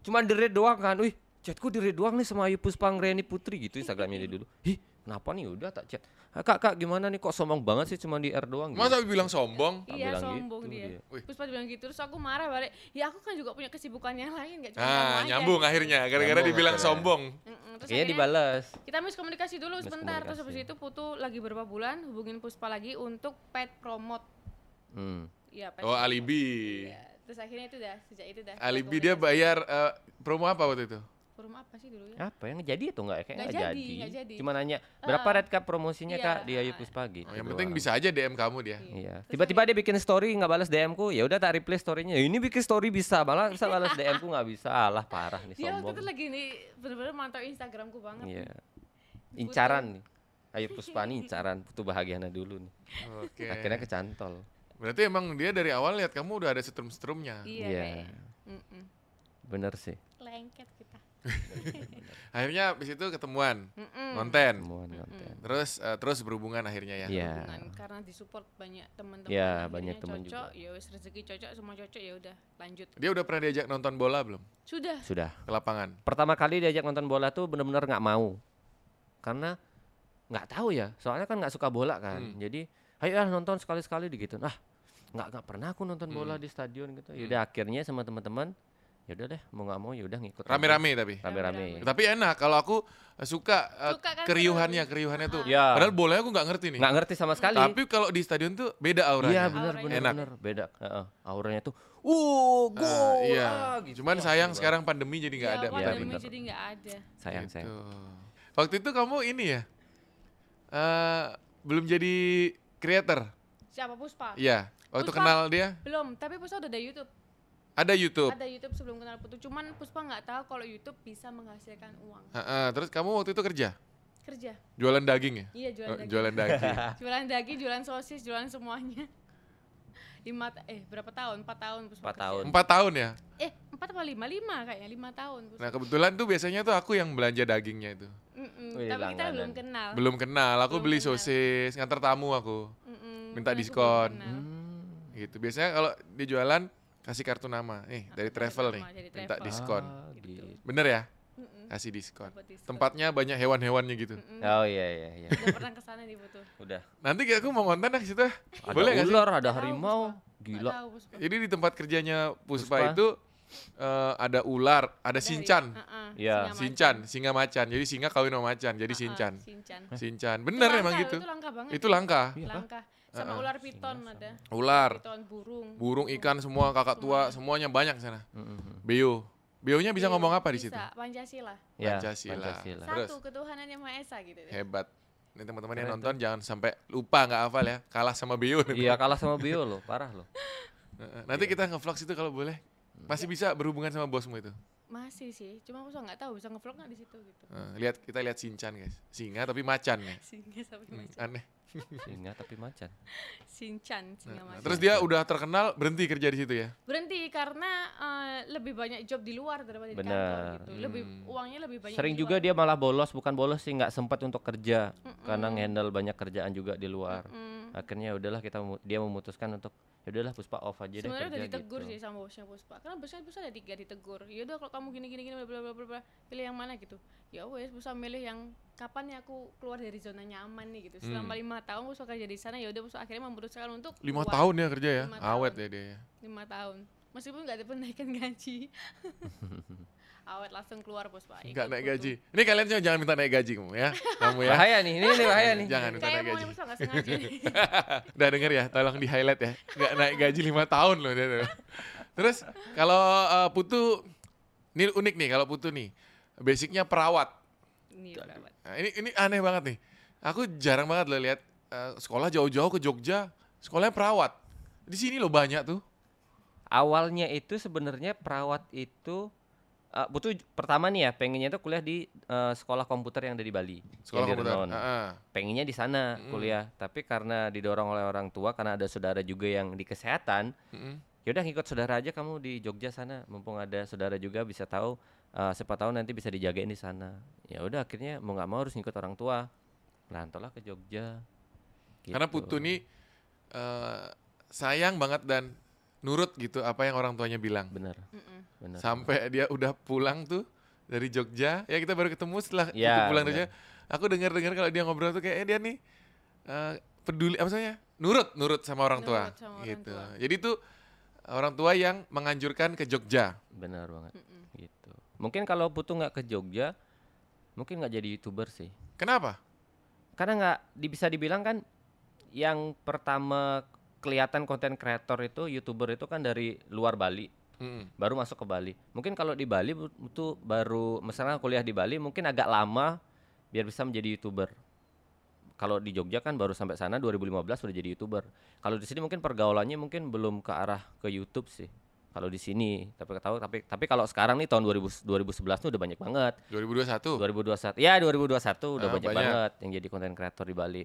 [SPEAKER 3] Cuman deret doang kan. Wih, chatku deret doang nih sama Ayu Puspangreni Putri gitu Instagramnya dia dulu. Hih, kenapa nih? Udah tak chat. "Ah, kak, kak gimana nih kok sombong banget sih cuman di R doang gitu.
[SPEAKER 1] Masa bilang sombong?
[SPEAKER 3] Tak
[SPEAKER 2] iya
[SPEAKER 3] bilang
[SPEAKER 2] sombong
[SPEAKER 3] gitu
[SPEAKER 2] dia.
[SPEAKER 3] dia.
[SPEAKER 1] Wih.
[SPEAKER 2] Terus pas bilang gitu terus aku marah balik. Ya aku kan juga punya kesibukan yang lain gak cuma
[SPEAKER 1] Ah,
[SPEAKER 2] kamu Iya, aja."
[SPEAKER 1] nyambung akhirnya gara-gara
[SPEAKER 3] Nyambung
[SPEAKER 1] dibilang
[SPEAKER 3] akhirnya.
[SPEAKER 1] sombong.
[SPEAKER 2] Mm-mm, Terus
[SPEAKER 3] Akhirnya
[SPEAKER 2] akhirnya
[SPEAKER 3] dibalas.
[SPEAKER 2] kita miskomunikasi dulu sebentar terus habis
[SPEAKER 3] Miskomunikasi.
[SPEAKER 2] itu Putu lagi beberapa bulan hubungin Puspa lagi untuk pet promote.
[SPEAKER 3] Hmm.
[SPEAKER 2] Iya, pet.
[SPEAKER 1] Oh, alibi.
[SPEAKER 2] Iya. Terus akhirnya itu dah sejak itu dah. kita
[SPEAKER 1] Alibi dia
[SPEAKER 2] komunikasi.
[SPEAKER 1] bayar eh, promo apa waktu itu?
[SPEAKER 2] forum apa sih dulu ya?
[SPEAKER 3] Apa yang jadi itu nggak? Kayak
[SPEAKER 2] Nggak
[SPEAKER 3] nggak
[SPEAKER 2] jadi,
[SPEAKER 3] jadi.
[SPEAKER 2] nggak jadi. Ah.
[SPEAKER 3] Cuma nanya berapa red cup promosinya
[SPEAKER 2] iya,
[SPEAKER 3] kak di Ayu
[SPEAKER 2] ah.
[SPEAKER 3] Puspa gitu.
[SPEAKER 1] Oh, yang penting
[SPEAKER 3] doang.
[SPEAKER 1] bisa aja DM kamu dia.
[SPEAKER 3] Iya.
[SPEAKER 2] Terus
[SPEAKER 3] Tiba-tiba dia bikin story nggak balas DM ku, ya udah tak reply storynya. Ini bikin story bisa, malah bisa balas DM ku nggak bisa. Alah parah nih
[SPEAKER 2] Dia waktu itu
[SPEAKER 3] sombong.
[SPEAKER 2] lagi nih bener-bener mantau Instagramku banget.
[SPEAKER 3] Iya. Incaran nih. Ayu [laughs] Puspani incaran Putu Bahagiana dulu nih.
[SPEAKER 2] Iya.
[SPEAKER 1] Oke.
[SPEAKER 3] Akhirnya kecantol.
[SPEAKER 1] Berarti emang dia dari awal lihat kamu udah ada setrum-setrumnya.
[SPEAKER 2] Iya.
[SPEAKER 3] Iya.
[SPEAKER 2] kayaknya. Mm-mm.
[SPEAKER 3] Bener sih.
[SPEAKER 2] Lengket kita.
[SPEAKER 1] Akhirnya habis itu ketemuan,
[SPEAKER 2] Mm-mm.
[SPEAKER 1] konten.
[SPEAKER 3] Temuan konten.
[SPEAKER 1] Terus eh, terus berhubungan akhirnya ya.
[SPEAKER 3] Iya.
[SPEAKER 2] hubungan karena disupport banyak teman-teman
[SPEAKER 3] Iya,
[SPEAKER 2] akhirnya
[SPEAKER 3] banyak teman
[SPEAKER 2] cocok ya wes rezeki cocok semua cocok ya udah lanjut
[SPEAKER 1] Dia udah pernah diajak nonton bola belum?
[SPEAKER 2] sudah
[SPEAKER 3] Sudah.
[SPEAKER 1] Ke lapangan.
[SPEAKER 3] Pertama kali diajak nonton bola tuh bener-bener nggak mau. Karena nggak tahu ya. Soalnya kan nggak suka bola kan.
[SPEAKER 1] Hmm.
[SPEAKER 3] Jadi ayo ah nonton "Ah,
[SPEAKER 1] Hmm.
[SPEAKER 3] sekali-sekali gitu. Nah, nggak nggak pernah aku nonton bola di stadion gitu. Ya udah akhirnya sama teman-teman ya udah deh mau nggak mau ya udah ngikut aja.
[SPEAKER 1] Rame-rame tapi.
[SPEAKER 3] rame-rame
[SPEAKER 1] Tapi enak kalau aku eh, suka, eh,
[SPEAKER 2] Suka kan Ah.
[SPEAKER 1] keriuhannya,
[SPEAKER 2] keriuhan.
[SPEAKER 1] keriuhannya tuh.
[SPEAKER 3] Ya.
[SPEAKER 1] Padahal bolanya aku nggak ngerti nih.
[SPEAKER 3] nggak ngerti sama sekali
[SPEAKER 1] Iya. Tapi kalau di stadion tuh beda
[SPEAKER 3] iya
[SPEAKER 1] auranya.
[SPEAKER 3] benar
[SPEAKER 2] Auranya.
[SPEAKER 3] benar
[SPEAKER 1] Enak.
[SPEAKER 3] benar beda Heeh. auranya tuh uh
[SPEAKER 1] Eh,
[SPEAKER 3] go
[SPEAKER 1] iya.
[SPEAKER 3] ah, gitu.
[SPEAKER 1] Cuman
[SPEAKER 3] Wah,
[SPEAKER 1] sayang
[SPEAKER 3] seru
[SPEAKER 1] sekarang pandemi jadi nggak ada.
[SPEAKER 2] ya,
[SPEAKER 3] Iya,
[SPEAKER 1] berarti.
[SPEAKER 2] pandemi
[SPEAKER 3] bener.
[SPEAKER 2] jadi nggak ada.
[SPEAKER 3] banget. sayang
[SPEAKER 1] Gitu.
[SPEAKER 3] sayang
[SPEAKER 1] Waktu itu kamu ini ya eh, belum jadi creator.
[SPEAKER 2] Siapa Puspa?
[SPEAKER 1] Iya. Waktu
[SPEAKER 2] Puspa.
[SPEAKER 1] kenal dia
[SPEAKER 2] Belum, tapi Puspa udah ada YouTube.
[SPEAKER 1] ada YouTube.
[SPEAKER 2] Ada YouTube sebelum kenal Putu. Cuman Puspa nggak tahu kalau YouTube bisa menghasilkan uang.
[SPEAKER 1] Heeh, terus kamu waktu itu kerja
[SPEAKER 2] Kerja.
[SPEAKER 1] jualan daging ya?
[SPEAKER 2] Iya jualan
[SPEAKER 3] Oh,
[SPEAKER 1] Eh,
[SPEAKER 2] daging.
[SPEAKER 1] Jualan
[SPEAKER 3] [laughs]
[SPEAKER 1] daging.
[SPEAKER 2] Jualan daging, jualan sosis, jualan semuanya. Lima ta- eh berapa tahun? Empat tahun Puspa.
[SPEAKER 3] Empat
[SPEAKER 2] kerja.
[SPEAKER 3] tahun.
[SPEAKER 1] Empat tahun ya.
[SPEAKER 2] Eh empat apa lima? Lima kayaknya lima tahun. Puspa.
[SPEAKER 1] Nah kebetulan tuh biasanya tuh aku yang belanja dagingnya itu.
[SPEAKER 2] Mm-mm, Tapi
[SPEAKER 3] Wih,
[SPEAKER 2] kita
[SPEAKER 3] langganan.
[SPEAKER 2] belum kenal.
[SPEAKER 1] Belum kenal, aku
[SPEAKER 2] Oh. Belum
[SPEAKER 1] beli
[SPEAKER 2] kenal.
[SPEAKER 1] sosis, nganter tamu aku.
[SPEAKER 2] Mm-mm,
[SPEAKER 1] Minta
[SPEAKER 2] aku belum
[SPEAKER 1] diskon.
[SPEAKER 2] kenal.
[SPEAKER 1] Gitu. Biasanya kalau di jualan kasih kartu nama. Nih, dari
[SPEAKER 2] Ah, Kartu
[SPEAKER 1] travel
[SPEAKER 2] nama,
[SPEAKER 1] nih.
[SPEAKER 2] dari
[SPEAKER 1] Minta
[SPEAKER 2] travel.
[SPEAKER 1] diskon.
[SPEAKER 3] Ah, gitu.
[SPEAKER 1] Bener ya?
[SPEAKER 2] Mm-mm,
[SPEAKER 1] Kasih diskon.
[SPEAKER 2] dapat diskon.
[SPEAKER 1] Tempatnya banyak hewan-hewannya gitu.
[SPEAKER 2] Mm-mm.
[SPEAKER 3] oh iya iya iya
[SPEAKER 2] Udah pernah kesana di Putu.
[SPEAKER 3] udah
[SPEAKER 1] Nanti aku mau konten dah ke situ.
[SPEAKER 3] ada
[SPEAKER 1] Boleh nggak sih?
[SPEAKER 3] ular ada
[SPEAKER 2] Nggak tahu,
[SPEAKER 3] harimau
[SPEAKER 2] Puspa. Nggak
[SPEAKER 3] gila
[SPEAKER 2] tahu, Puspa.
[SPEAKER 1] Jadi di tempat kerjanya Puspa,
[SPEAKER 3] Puspa.
[SPEAKER 1] itu eh, ada ular, ada sincan.
[SPEAKER 2] Heeh,
[SPEAKER 3] Iya.
[SPEAKER 2] singa
[SPEAKER 1] Sincan,
[SPEAKER 2] Ah, macan.
[SPEAKER 1] singa macan. Jadi singa kawin sama macan, jadi
[SPEAKER 2] Heeh,
[SPEAKER 1] sincan.
[SPEAKER 2] Sincan.
[SPEAKER 3] Eh.
[SPEAKER 1] Sincan. Bener
[SPEAKER 2] Ah, Itu
[SPEAKER 1] emang
[SPEAKER 2] langka,
[SPEAKER 1] gitu.
[SPEAKER 2] Itu langka banget.
[SPEAKER 1] Itu langka.
[SPEAKER 3] Iya, apa?
[SPEAKER 2] Langka. Sama
[SPEAKER 1] Heeh.
[SPEAKER 2] ular piton ada.
[SPEAKER 1] Ular,
[SPEAKER 2] Piton burung.
[SPEAKER 1] burung, ikan semua, kakak tua, semuanya banyak sana.
[SPEAKER 3] Mm-mm.
[SPEAKER 1] Bio. Bionya bisa ngomong apa di situ?
[SPEAKER 2] Iya, Bisa, Pancasila.
[SPEAKER 3] Ya,
[SPEAKER 1] Pancasila.
[SPEAKER 3] Pancasila.
[SPEAKER 1] Terus?
[SPEAKER 2] Satu ketuhanan yang Maha Esa gitu.
[SPEAKER 1] Hebat. Nih teman-teman yang
[SPEAKER 3] Keren
[SPEAKER 1] nonton jangan sampai lupa nggak hafal ya, kalah sama Bio. [laughs]
[SPEAKER 3] iya kalah sama bio loh parah loh
[SPEAKER 1] Nanti kita ngevlog situ kalau boleh.
[SPEAKER 3] Hmm.
[SPEAKER 1] Masih bisa berhubungan sama bosmu itu.
[SPEAKER 2] Masih sih, cuma aku nggak tahu bisa ngevlog nggak di situ gitu.
[SPEAKER 3] Ah.
[SPEAKER 1] Eh, Lihat kita lihat sincan guys, singa tapi macan ya.
[SPEAKER 2] Singa sampai
[SPEAKER 1] Hmm,
[SPEAKER 2] macan.
[SPEAKER 1] Aneh.
[SPEAKER 3] singa tapi macan
[SPEAKER 2] Sincan,
[SPEAKER 1] Nah,
[SPEAKER 2] singa macan.
[SPEAKER 1] Terus dia udah terkenal berhenti kerja di situ ya.
[SPEAKER 2] Berhenti karena eh, lebih banyak job di luar daripada di kantor
[SPEAKER 3] Benar. Hmm.
[SPEAKER 2] gitu. Lebih uangnya lebih banyak.
[SPEAKER 3] sering
[SPEAKER 2] di
[SPEAKER 3] juga
[SPEAKER 2] luar.
[SPEAKER 3] dia malah bolos bukan bolos sih nggak sempat untuk kerja karena ngehandle banyak kerjaan juga di luar
[SPEAKER 2] Mm,
[SPEAKER 3] akhirnya ya udahlah kita memu- dia memutuskan untuk ya udahlah puspa off aja deh
[SPEAKER 2] sebenarnya
[SPEAKER 3] kerja
[SPEAKER 2] udah ditegur
[SPEAKER 3] gitu.
[SPEAKER 2] sih sama bosnya Puspa. Karena bosnya Puspa ada tiga ditegur. Ya udah kalau kamu gini gini gini bla bla bla bla, bla, pilih yang mana gitu. Ya wes Puspa milih yang kapan ya aku keluar dari zona nyaman nih gitu.
[SPEAKER 3] Hmm.
[SPEAKER 2] Selama lima tahun Puspa kerja di sana ya udah Puspa akhirnya memutuskan untuk
[SPEAKER 1] Lima
[SPEAKER 2] keluar.
[SPEAKER 1] tahun ya kerja ya,
[SPEAKER 2] Lima tahun.
[SPEAKER 1] awet ya dia. ya.
[SPEAKER 2] lima tahun meskipun nggak ada penaikan
[SPEAKER 1] [laughs]
[SPEAKER 2] gaji awet langsung keluar bos pak
[SPEAKER 1] Nggak
[SPEAKER 2] Ikut
[SPEAKER 1] naik
[SPEAKER 2] Putu.
[SPEAKER 1] gaji. Ini kalian semua jangan minta naik gaji kamu [laughs] ya, kamu ya.
[SPEAKER 3] bahaya nih ini, ini bahaya nih
[SPEAKER 1] Jangan minta
[SPEAKER 2] kayak
[SPEAKER 1] naik
[SPEAKER 2] mau
[SPEAKER 1] gaji.
[SPEAKER 2] bos nggak
[SPEAKER 1] [laughs]
[SPEAKER 2] sengaja nih.
[SPEAKER 1] Udah denger ya, tolong di highlight ya. Nggak naik gaji lima tahun loh dia tuh. Terus kalau eh, Putu, ini unik nih kalau Putu nih, basicnya perawat.
[SPEAKER 2] ini perawat
[SPEAKER 1] Nah, ini ini aneh banget nih. Aku jarang banget loh lihat eh, sekolah jauh-jauh ke Jogja, sekolahnya perawat. Di sini loh banyak tuh.
[SPEAKER 3] awalnya itu sebenarnya perawat itu eh butuh pertama nih ya pengennya itu kuliah di eh, sekolah komputer yang ada di Bali
[SPEAKER 1] Sekolah
[SPEAKER 3] yang di
[SPEAKER 1] komputer. Ah.
[SPEAKER 3] Renon.
[SPEAKER 1] Heeh.
[SPEAKER 3] pengennya di sana kuliah tapi karena didorong oleh orang tua karena ada saudara juga yang di kesehatan
[SPEAKER 1] Mm-mm.
[SPEAKER 3] yaudah ngikut saudara aja kamu di Jogja sana mumpung ada saudara juga bisa tahu eh, siapa tahu nanti bisa dijagain di sana ya udah akhirnya mau nggak mau harus ngikut orang tua rantaulah ke Jogja
[SPEAKER 1] Karena
[SPEAKER 3] Gitu.
[SPEAKER 1] Putu nih eh, sayang banget dan nurut gitu apa yang orang tuanya bilang.
[SPEAKER 3] bener
[SPEAKER 2] Mm-mm.
[SPEAKER 3] bener
[SPEAKER 1] sampai dia udah pulang tuh dari Jogja ya kita baru ketemu setelah itu
[SPEAKER 3] Ya,
[SPEAKER 1] pulang
[SPEAKER 3] benar.
[SPEAKER 1] Jogja aku dengar dengar kalau dia ngobrol tuh kayak eh, dia nih eh, peduli apa namanya nurut nurut sama orang tua
[SPEAKER 2] Nurut sama orang
[SPEAKER 1] gitu
[SPEAKER 2] tua.
[SPEAKER 1] jadi tuh orang tua yang menganjurkan ke Jogja
[SPEAKER 3] bener banget
[SPEAKER 2] Mm-mm.
[SPEAKER 3] gitu mungkin kalau Putu nggak ke Jogja mungkin nggak jadi youtuber sih
[SPEAKER 1] kenapa
[SPEAKER 3] karena nggak di- bisa dibilang kan yang pertama kelihatan konten kreator itu youtuber itu kan dari luar Bali
[SPEAKER 1] Mm-mm.
[SPEAKER 3] baru masuk ke Bali mungkin kalau di Bali bu- itu baru misalnya kuliah di Bali mungkin agak lama biar bisa menjadi youtuber kalau di Jogja kan baru sampai sana 2015 sudah jadi youtuber kalau di sini mungkin pergaulannya mungkin belum ke arah ke YouTube sih kalau di sini tapi tahu tapi tapi kalau sekarang nih tahun 2000, 2011 tuh udah banyak banget
[SPEAKER 1] 2021
[SPEAKER 3] 2021. Ya, 2021 udah
[SPEAKER 1] Ah,
[SPEAKER 3] banyak,
[SPEAKER 1] banyak.
[SPEAKER 3] banget yang jadi konten kreator di Bali.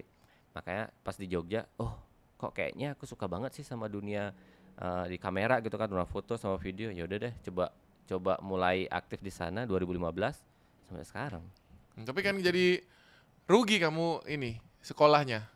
[SPEAKER 3] Makanya pas di Jogja, oh, kok kayaknya aku suka banget sih sama dunia eh, di kamera gitu kan, dunia foto sama video. Ya udah deh, coba coba mulai aktif di sana 2015 sampai sekarang.
[SPEAKER 1] Hmm, tapi kan jadi rugi kamu ini sekolahnya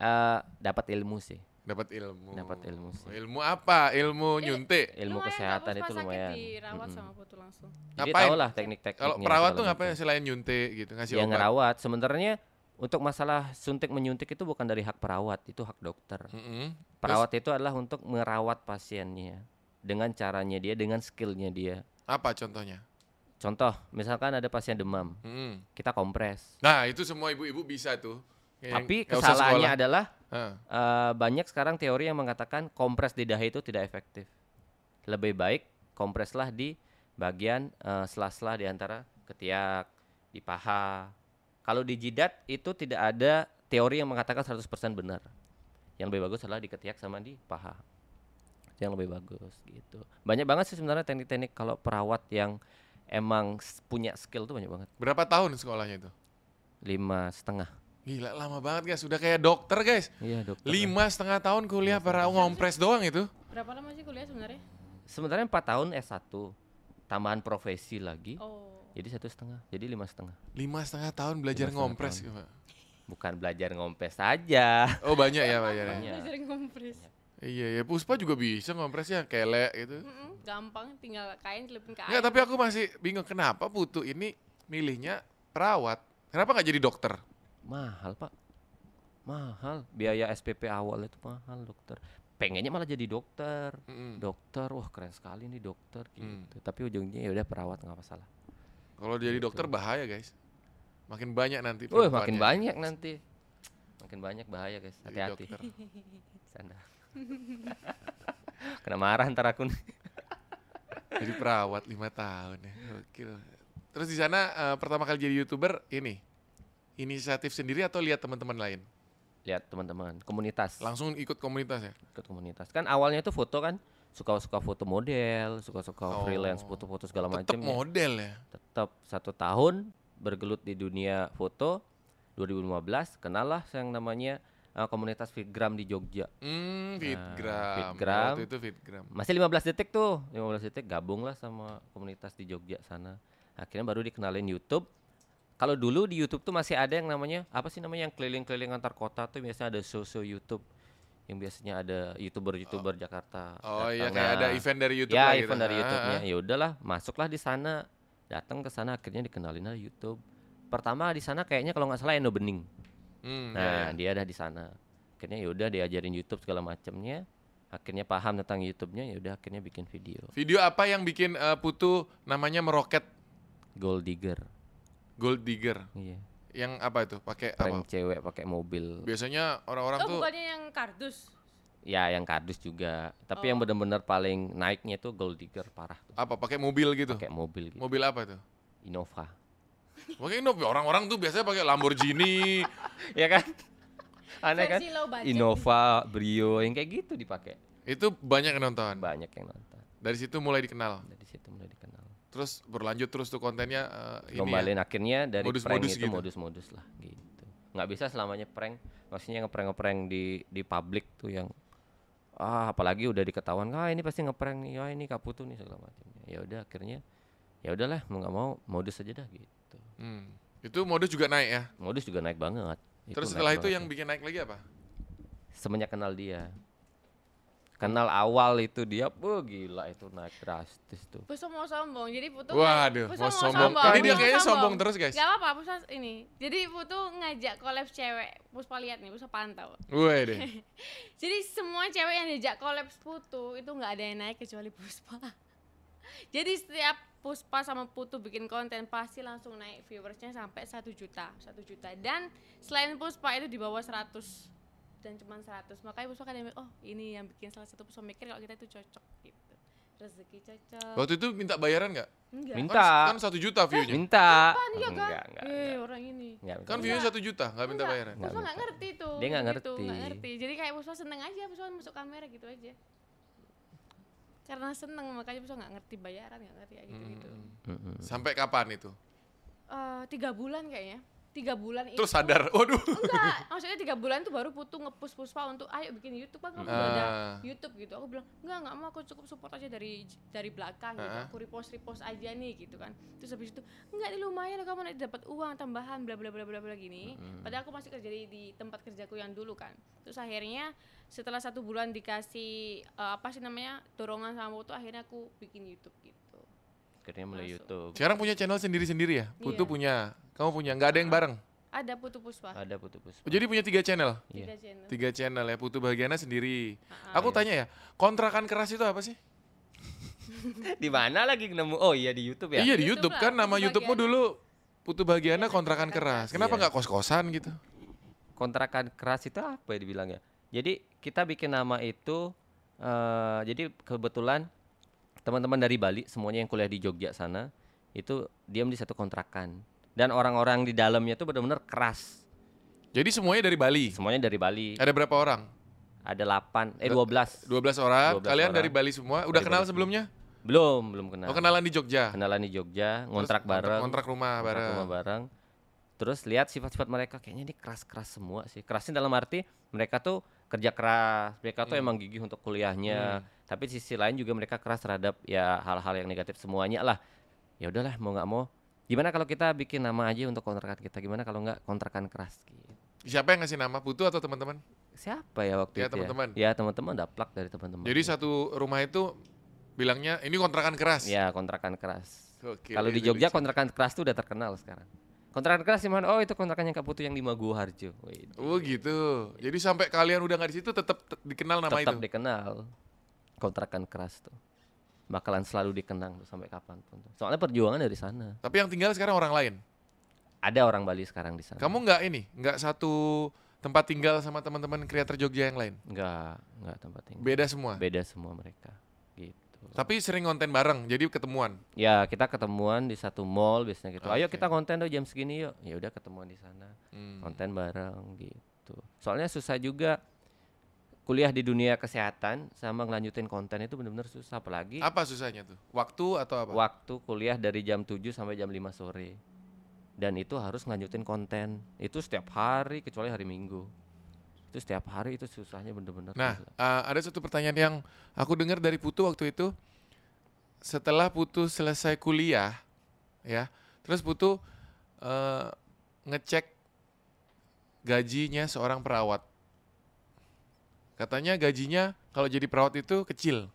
[SPEAKER 3] Eh dapat ilmu sih,
[SPEAKER 1] dapat ilmu
[SPEAKER 3] Dapat ilmu sih.
[SPEAKER 1] ilmu apa ilmu nyuntik
[SPEAKER 3] ilmu
[SPEAKER 2] Lumayan,
[SPEAKER 3] kesehatan
[SPEAKER 2] Kak Puspa
[SPEAKER 3] itu
[SPEAKER 2] sakit
[SPEAKER 3] lumayan.
[SPEAKER 2] dirawat
[SPEAKER 3] Mm-mm.
[SPEAKER 2] sama putu langsung
[SPEAKER 3] Jadi
[SPEAKER 1] Ngapain?
[SPEAKER 3] tau lah teknik-teknik.
[SPEAKER 1] kalau perawat tuh ngapain selain nyuntik gitu ngasih
[SPEAKER 3] Yang
[SPEAKER 1] obat
[SPEAKER 3] Iya, ngerawat. Sebenarnya untuk masalah suntik menyuntik itu bukan dari hak perawat, itu hak dokter.
[SPEAKER 1] Mm-mm. Terus-
[SPEAKER 3] Perawat itu adalah untuk merawat pasiennya dengan caranya dia, dengan skillnya dia.
[SPEAKER 1] Apa contohnya?
[SPEAKER 3] Contoh, misalkan ada pasien demam,
[SPEAKER 1] Mm-mm.
[SPEAKER 3] kita kompres.
[SPEAKER 1] Nah itu semua ibu-ibu bisa tuh. Yang
[SPEAKER 3] Tapi
[SPEAKER 1] nggak usah
[SPEAKER 3] kesalahannya
[SPEAKER 1] sekolah.
[SPEAKER 3] adalah
[SPEAKER 1] Heeh.
[SPEAKER 3] eh, banyak sekarang teori yang mengatakan kompres di dahi itu tidak efektif. Lebih baik kompreslah di bagian eh, sela-sela di antara ketiak, di paha. Kalau di jidat itu tidak ada teori yang mengatakan 100% benar. Yang lebih bagus adalah di ketiak sama di paha. Itu yang lebih bagus gitu. Banyak banget sih sebenarnya teknik-teknik kalau perawat yang emang s- punya skill tuh banyak banget.
[SPEAKER 1] Berapa tahun sekolahnya itu?
[SPEAKER 3] Lima setengah.
[SPEAKER 1] Gila lama banget guys, sudah kayak dokter guys.
[SPEAKER 3] Iya dokter.
[SPEAKER 1] Lima setengah tahun kuliah para ngompres doang itu.
[SPEAKER 2] Berapa lama sih kuliah sebenarnya?
[SPEAKER 1] Iya.
[SPEAKER 3] Sebenarnya empat tahun S1 tambahan profesi lagi.
[SPEAKER 2] Oh.
[SPEAKER 3] Jadi satu setengah, jadi lima setengah.
[SPEAKER 1] Lima setengah tahun belajar
[SPEAKER 3] Lima setengah
[SPEAKER 1] ngompres. Pak.
[SPEAKER 3] Bukan belajar ngompes saja.
[SPEAKER 1] Oh banyak ya Pak ya.
[SPEAKER 2] [laughs]
[SPEAKER 3] Iya.
[SPEAKER 2] Belajar ngompres.
[SPEAKER 1] Iya ya Puspa juga bisa ngompres ya kelek gitu.
[SPEAKER 2] Mm-mm, gampang tinggal kain celupin ke
[SPEAKER 1] Enggak
[SPEAKER 2] air.
[SPEAKER 1] tapi aku masih bingung kenapa Putu ini milihnya perawat. Kenapa nggak jadi dokter?
[SPEAKER 3] Mahal pak, mahal. Biaya SPP awal itu mahal dokter. Pengennya malah jadi dokter.
[SPEAKER 1] Mm-mm.
[SPEAKER 3] Dokter, wah keren sekali nih dokter gitu.
[SPEAKER 1] Hmm.
[SPEAKER 3] Tapi ujungnya ya udah perawat nggak masalah.
[SPEAKER 1] Kalau jadi dokter bahaya guys. Makin banyak nanti.
[SPEAKER 3] Wah
[SPEAKER 1] perempuannya.
[SPEAKER 3] makin banyak nanti, makin banyak bahaya guys.
[SPEAKER 1] Jadi
[SPEAKER 3] Hati-hati.
[SPEAKER 1] dokter.
[SPEAKER 3] Canda. Kena marah ntar aku. nih.
[SPEAKER 1] Jadi perawat lima tahun ya. Gokil. Terus di sana eh, pertama kali jadi youtuber ini inisiatif sendiri atau lihat teman-teman lain?
[SPEAKER 3] Lihat teman-teman, komunitas.
[SPEAKER 1] Langsung ikut komunitas ya?
[SPEAKER 3] ikut komunitas kan awalnya tuh foto kan suka-suka foto model suka-suka
[SPEAKER 1] Oh.
[SPEAKER 3] freelance foto-foto segala
[SPEAKER 1] Tetap
[SPEAKER 3] macam
[SPEAKER 1] model ya.
[SPEAKER 3] tetap satu tahun bergelut di dunia foto 2015 kenalah yang namanya eh, komunitas fitgram di Jogja
[SPEAKER 1] Hmm,
[SPEAKER 3] Nah,
[SPEAKER 1] Fitgram. Oh,
[SPEAKER 3] Fitgram.
[SPEAKER 1] Waktu itu Fitgram.
[SPEAKER 3] masih 15 detik tuh 15 detik gabung lah sama komunitas di Jogja sana akhirnya baru dikenalin YouTube kalau dulu di YouTube tuh masih ada yang namanya apa sih namanya yang keliling-keliling antar kota tuh biasanya ada show-show YouTube yang biasanya ada youtuber-youtuber Jakarta
[SPEAKER 1] Oh iya
[SPEAKER 3] datang.
[SPEAKER 1] kayak ada
[SPEAKER 3] Nah,
[SPEAKER 1] event dari YouTube
[SPEAKER 3] ya
[SPEAKER 1] lah gitu.
[SPEAKER 3] event dari
[SPEAKER 1] Ah,
[SPEAKER 3] YouTube-nya.
[SPEAKER 1] ah.
[SPEAKER 3] Ya udahlah, masuklah di sana. Datang ke sana akhirnya dikenalin dari YouTube. Pertama di sana kayaknya kalau nggak salah Eno Bening.
[SPEAKER 1] Hmm, ya,
[SPEAKER 3] Nah,
[SPEAKER 1] ya.
[SPEAKER 3] dia ada di sana. Akhirnya ya udah diajarin YouTube segala macamnya. Akhirnya paham tentang YouTube-nya ya udah akhirnya bikin video
[SPEAKER 1] Video apa yang bikin eh, Putu namanya meroket
[SPEAKER 3] Gold Digger.
[SPEAKER 1] Gold Digger?
[SPEAKER 3] Iya.
[SPEAKER 1] Yang apa itu? Pakai apa?
[SPEAKER 3] Prank cewek pakai mobil.
[SPEAKER 1] Biasanya orang-orang
[SPEAKER 2] Oh,
[SPEAKER 1] tuh
[SPEAKER 2] bukannya yang kardus.
[SPEAKER 3] Ya yang kardus juga. Tapi
[SPEAKER 2] Oh.
[SPEAKER 3] yang benar-benar paling naiknya itu Gold Digger parah tuh.
[SPEAKER 1] apa? Pakai mobil gitu.
[SPEAKER 3] Pakai mobil gitu.
[SPEAKER 1] Mobil apa tuh?
[SPEAKER 3] Innova. [laughs]
[SPEAKER 1] Pakai Innova. orang-orang tuh biasanya pakai Lamborghini.
[SPEAKER 3] ya kan? Aneh kan?
[SPEAKER 2] Versi low budget.
[SPEAKER 3] Innova, Brio yang kayak gitu dipakai.
[SPEAKER 1] itu banyak yang nonton.
[SPEAKER 3] Banyak yang nonton.
[SPEAKER 1] Dari situ mulai dikenal.
[SPEAKER 3] dari situ mulai dikenal
[SPEAKER 1] Terus berlanjut terus tuh kontennya eh, ini. ya.
[SPEAKER 3] Gombalin akhirnya dari
[SPEAKER 1] Modus-modus
[SPEAKER 3] prank itu
[SPEAKER 1] gitu.
[SPEAKER 3] modus-modus lah gitu nggak bisa selamanya prank maksudnya ngeprank ngeprank di di publik tuh yang ah apalagi udah diketahuan ah ini pasti ngeprank nih ah ini kaputu nih segala macamnya ya udah akhirnya ya udahlah mau nggak mau modus aja dah gitu
[SPEAKER 1] Hmm. Itu modus juga naik ya.
[SPEAKER 3] modus juga naik banget
[SPEAKER 1] Terus
[SPEAKER 3] naik
[SPEAKER 1] setelah itu
[SPEAKER 3] banget
[SPEAKER 1] yang bikin naik lagi apa?
[SPEAKER 3] semenjak kenal dia kenal awal itu dia wah gila itu naik drastis tuh
[SPEAKER 2] Puspa mau sombong, jadi Putu kan
[SPEAKER 1] Waduh,
[SPEAKER 2] Puspa
[SPEAKER 1] mau sombong. Tadi dia
[SPEAKER 2] Puspa
[SPEAKER 1] kayaknya sombong terus, guys.
[SPEAKER 2] Gak apa-apa, Puspa ini. Jadi Putu ngajak collab cewek, Puspa lihat nih, Puspa pantau.
[SPEAKER 1] Wih
[SPEAKER 2] [laughs]
[SPEAKER 1] deh.
[SPEAKER 2] Jadi semua cewek yang diajak collab Putu itu nggak ada yang naik kecuali Puspa. [laughs] Jadi setiap Puspa sama Putu bikin konten pasti langsung naik viewersnya sampai 1 juta, 1 juta. Dan selain Puspa itu di bawah 100 dan cuma 100. Makanya Puspa kadang bilang, "Oh, ini yang bikin salah satu Puspa mikir kalau kita itu cocok." gitu. Rezeki cocok.
[SPEAKER 1] Waktu itu minta bayaran nggak?
[SPEAKER 2] Enggak.
[SPEAKER 3] Min-
[SPEAKER 1] Kan-
[SPEAKER 3] Oh, Minta.
[SPEAKER 1] Kan satu juta view-nya.
[SPEAKER 3] minta
[SPEAKER 2] Apaan iya kan?
[SPEAKER 3] enggak enggak,
[SPEAKER 2] Eh,
[SPEAKER 3] enggak.
[SPEAKER 2] orang ini.
[SPEAKER 3] Enggak,
[SPEAKER 1] Kan view-nya satu juta, nggak minta bayaran.
[SPEAKER 3] Nggak
[SPEAKER 2] Puspa nggak
[SPEAKER 3] minta.
[SPEAKER 2] ngerti tuh.
[SPEAKER 3] Dia nggak
[SPEAKER 2] gitu,
[SPEAKER 3] ngerti.
[SPEAKER 2] nggak ngerti. Jadi kayak Puspa seneng aja Puspa masuk kamera gitu aja. Karena seneng makanya Puspa nggak ngerti bayaran, nggak ngerti ya, kayak gitu-gitu.
[SPEAKER 1] Hmm.
[SPEAKER 3] Mm-mm.
[SPEAKER 1] Sampai kapan itu?
[SPEAKER 2] Eh, tiga bulan kayaknya. Tiga bulan
[SPEAKER 1] Terus
[SPEAKER 2] itu.
[SPEAKER 1] sadar, [laughs] waduh.
[SPEAKER 2] Enggak, maksudnya tiga bulan tuh baru Putu ngepush Puspa untuk ayo bikin YouTube kan kamu udah ada
[SPEAKER 1] Ah.
[SPEAKER 2] YouTube gitu. Aku bilang enggak enggak mau aku cukup support aja dari dari belakang gitu.
[SPEAKER 1] Ah.
[SPEAKER 2] Aku repost repost aja nih gitu kan. Terus habis itu enggak ini lumayan loh kamu nanti dapat uang tambahan bla bla bla bla bla gini. Padahal aku masih kerja di, di tempat kerjaku yang dulu kan. Terus akhirnya setelah satu bulan dikasih eh, apa sih namanya dorongan sama Putu akhirnya aku bikin YouTube gitu.
[SPEAKER 3] Akhirnya mulai
[SPEAKER 2] Masuk.
[SPEAKER 3] YouTube.
[SPEAKER 1] Sekarang punya channel sendiri-sendiri ya? Putu
[SPEAKER 2] Iya.
[SPEAKER 1] punya, kamu punya, nggak ada yang bareng.
[SPEAKER 2] Ada Putu Puspa.
[SPEAKER 3] Ada Putu Puspa.
[SPEAKER 1] Oh, Jadi punya tiga channel?
[SPEAKER 3] Iya.
[SPEAKER 2] Tiga channel.
[SPEAKER 1] Tiga channel ya, Putu Bahagiana sendiri. Aku tanya ya, kontrakan keras itu apa sih?
[SPEAKER 3] di mana lagi nemu? Oh iya di YouTube ya.
[SPEAKER 1] Iya di YouTube
[SPEAKER 2] YouTube lah,
[SPEAKER 1] kan
[SPEAKER 2] Putu
[SPEAKER 1] nama YouTubemu
[SPEAKER 2] Bahagiana.
[SPEAKER 1] dulu Putu Bahagiana kontrakan keras. Kenapa
[SPEAKER 3] Iya.
[SPEAKER 1] nggak kos-kosan gitu?
[SPEAKER 3] kontrakan keras itu apa ya dibilangnya? Jadi kita bikin nama itu eh jadi kebetulan teman-teman dari Bali semuanya yang kuliah di Jogja sana itu diam di satu kontrakan dan orang-orang di dalamnya tuh benar-benar keras.
[SPEAKER 1] Jadi semuanya dari Bali.
[SPEAKER 3] Semuanya dari Bali.
[SPEAKER 1] Ada berapa orang?
[SPEAKER 3] Ada 8 eh 12.
[SPEAKER 1] 12 orang.
[SPEAKER 3] 12
[SPEAKER 1] Kalian
[SPEAKER 3] orang.
[SPEAKER 1] dari Bali semua. Udah
[SPEAKER 3] Dari
[SPEAKER 1] kenal
[SPEAKER 3] Bali
[SPEAKER 1] sebelumnya?
[SPEAKER 3] Belum, belum kenal.
[SPEAKER 1] Oh, kenalan di Jogja.
[SPEAKER 3] Kenalan di Jogja,
[SPEAKER 1] Terus
[SPEAKER 3] ngontrak bareng.
[SPEAKER 1] Kontrak rumah
[SPEAKER 3] kontrak
[SPEAKER 1] bareng.
[SPEAKER 3] rumah bareng. Terus lihat sifat-sifat mereka kayaknya ini keras-keras semua sih. Kerasnya dalam arti mereka tuh kerja keras, mereka tuh
[SPEAKER 1] Hmm.
[SPEAKER 3] emang gigih untuk
[SPEAKER 1] Iya.
[SPEAKER 3] kuliahnya. Tapi di sisi lain juga mereka keras terhadap ya hal-hal yang negatif semuanya lah. Ya udahlah mau nggak mau. Gimana kalau kita bikin nama aja untuk kontrakan kita? Gimana kalau nggak kontrakan keras? gitu.
[SPEAKER 1] Siapa yang ngasih nama? Putu atau teman-teman?
[SPEAKER 3] Siapa ya waktu
[SPEAKER 1] Ya,
[SPEAKER 3] itu?
[SPEAKER 1] teman-teman.
[SPEAKER 3] Ya teman-teman daplak dari teman-teman.
[SPEAKER 1] Jadi satu rumah itu bilangnya ini kontrakan keras.
[SPEAKER 3] Ya kontrakan keras.
[SPEAKER 1] Gokil,
[SPEAKER 3] Kalau di
[SPEAKER 1] itu
[SPEAKER 3] Jogja
[SPEAKER 1] lucu.
[SPEAKER 3] kontrakan keras tuh udah terkenal sekarang. Kontrakan keras di mana? Oh itu kontrakannya Kak Putu yang di Maguwo Harjo. Wih,
[SPEAKER 1] Oh gitu. Jadi sampai kalian udah nggak di situ tetap te- dikenal nama
[SPEAKER 3] tetap
[SPEAKER 1] itu.
[SPEAKER 3] dikenal kontrakan keras tuh. Bakalan selalu dikenang tuh sampai kapanpun. tuh. Soalnya perjuangan dari sana.
[SPEAKER 1] Tapi yang tinggal sekarang orang lain.
[SPEAKER 3] Ada orang Bali sekarang di sana.
[SPEAKER 1] Kamu nggak ini, nggak satu tempat tinggal sama teman-teman kreator Jogja yang lain.
[SPEAKER 3] Enggak, enggak tempat tinggal.
[SPEAKER 1] Beda semua.
[SPEAKER 3] Beda semua mereka. Gitu.
[SPEAKER 1] Tapi sering konten bareng, jadi ketemuan.
[SPEAKER 3] Ya kita ketemuan di satu mall biasanya gitu. Ayo
[SPEAKER 1] Oke.
[SPEAKER 3] kita konten dong jam segini yuk. Ya udah ketemuan di sana.
[SPEAKER 1] Hmm.
[SPEAKER 3] konten bareng gitu. Soalnya susah juga kuliah di dunia kesehatan sama ngelanjutin konten itu benar-benar susah apalagi
[SPEAKER 1] Apa susahnya tuh? Waktu atau apa?
[SPEAKER 3] waktu kuliah dari jam 7 sampai jam 5 sore. Dan itu harus ngelanjutin konten. Itu setiap hari kecuali hari Minggu. Itu setiap hari itu susahnya benar-benar.
[SPEAKER 1] Nah,
[SPEAKER 3] susah.
[SPEAKER 1] eh, ada satu pertanyaan yang aku dengar dari Putu waktu itu. Setelah Putu selesai kuliah, ya, terus Putu eh, ngecek gajinya seorang perawat. Katanya gajinya kalau jadi perawat itu kecil.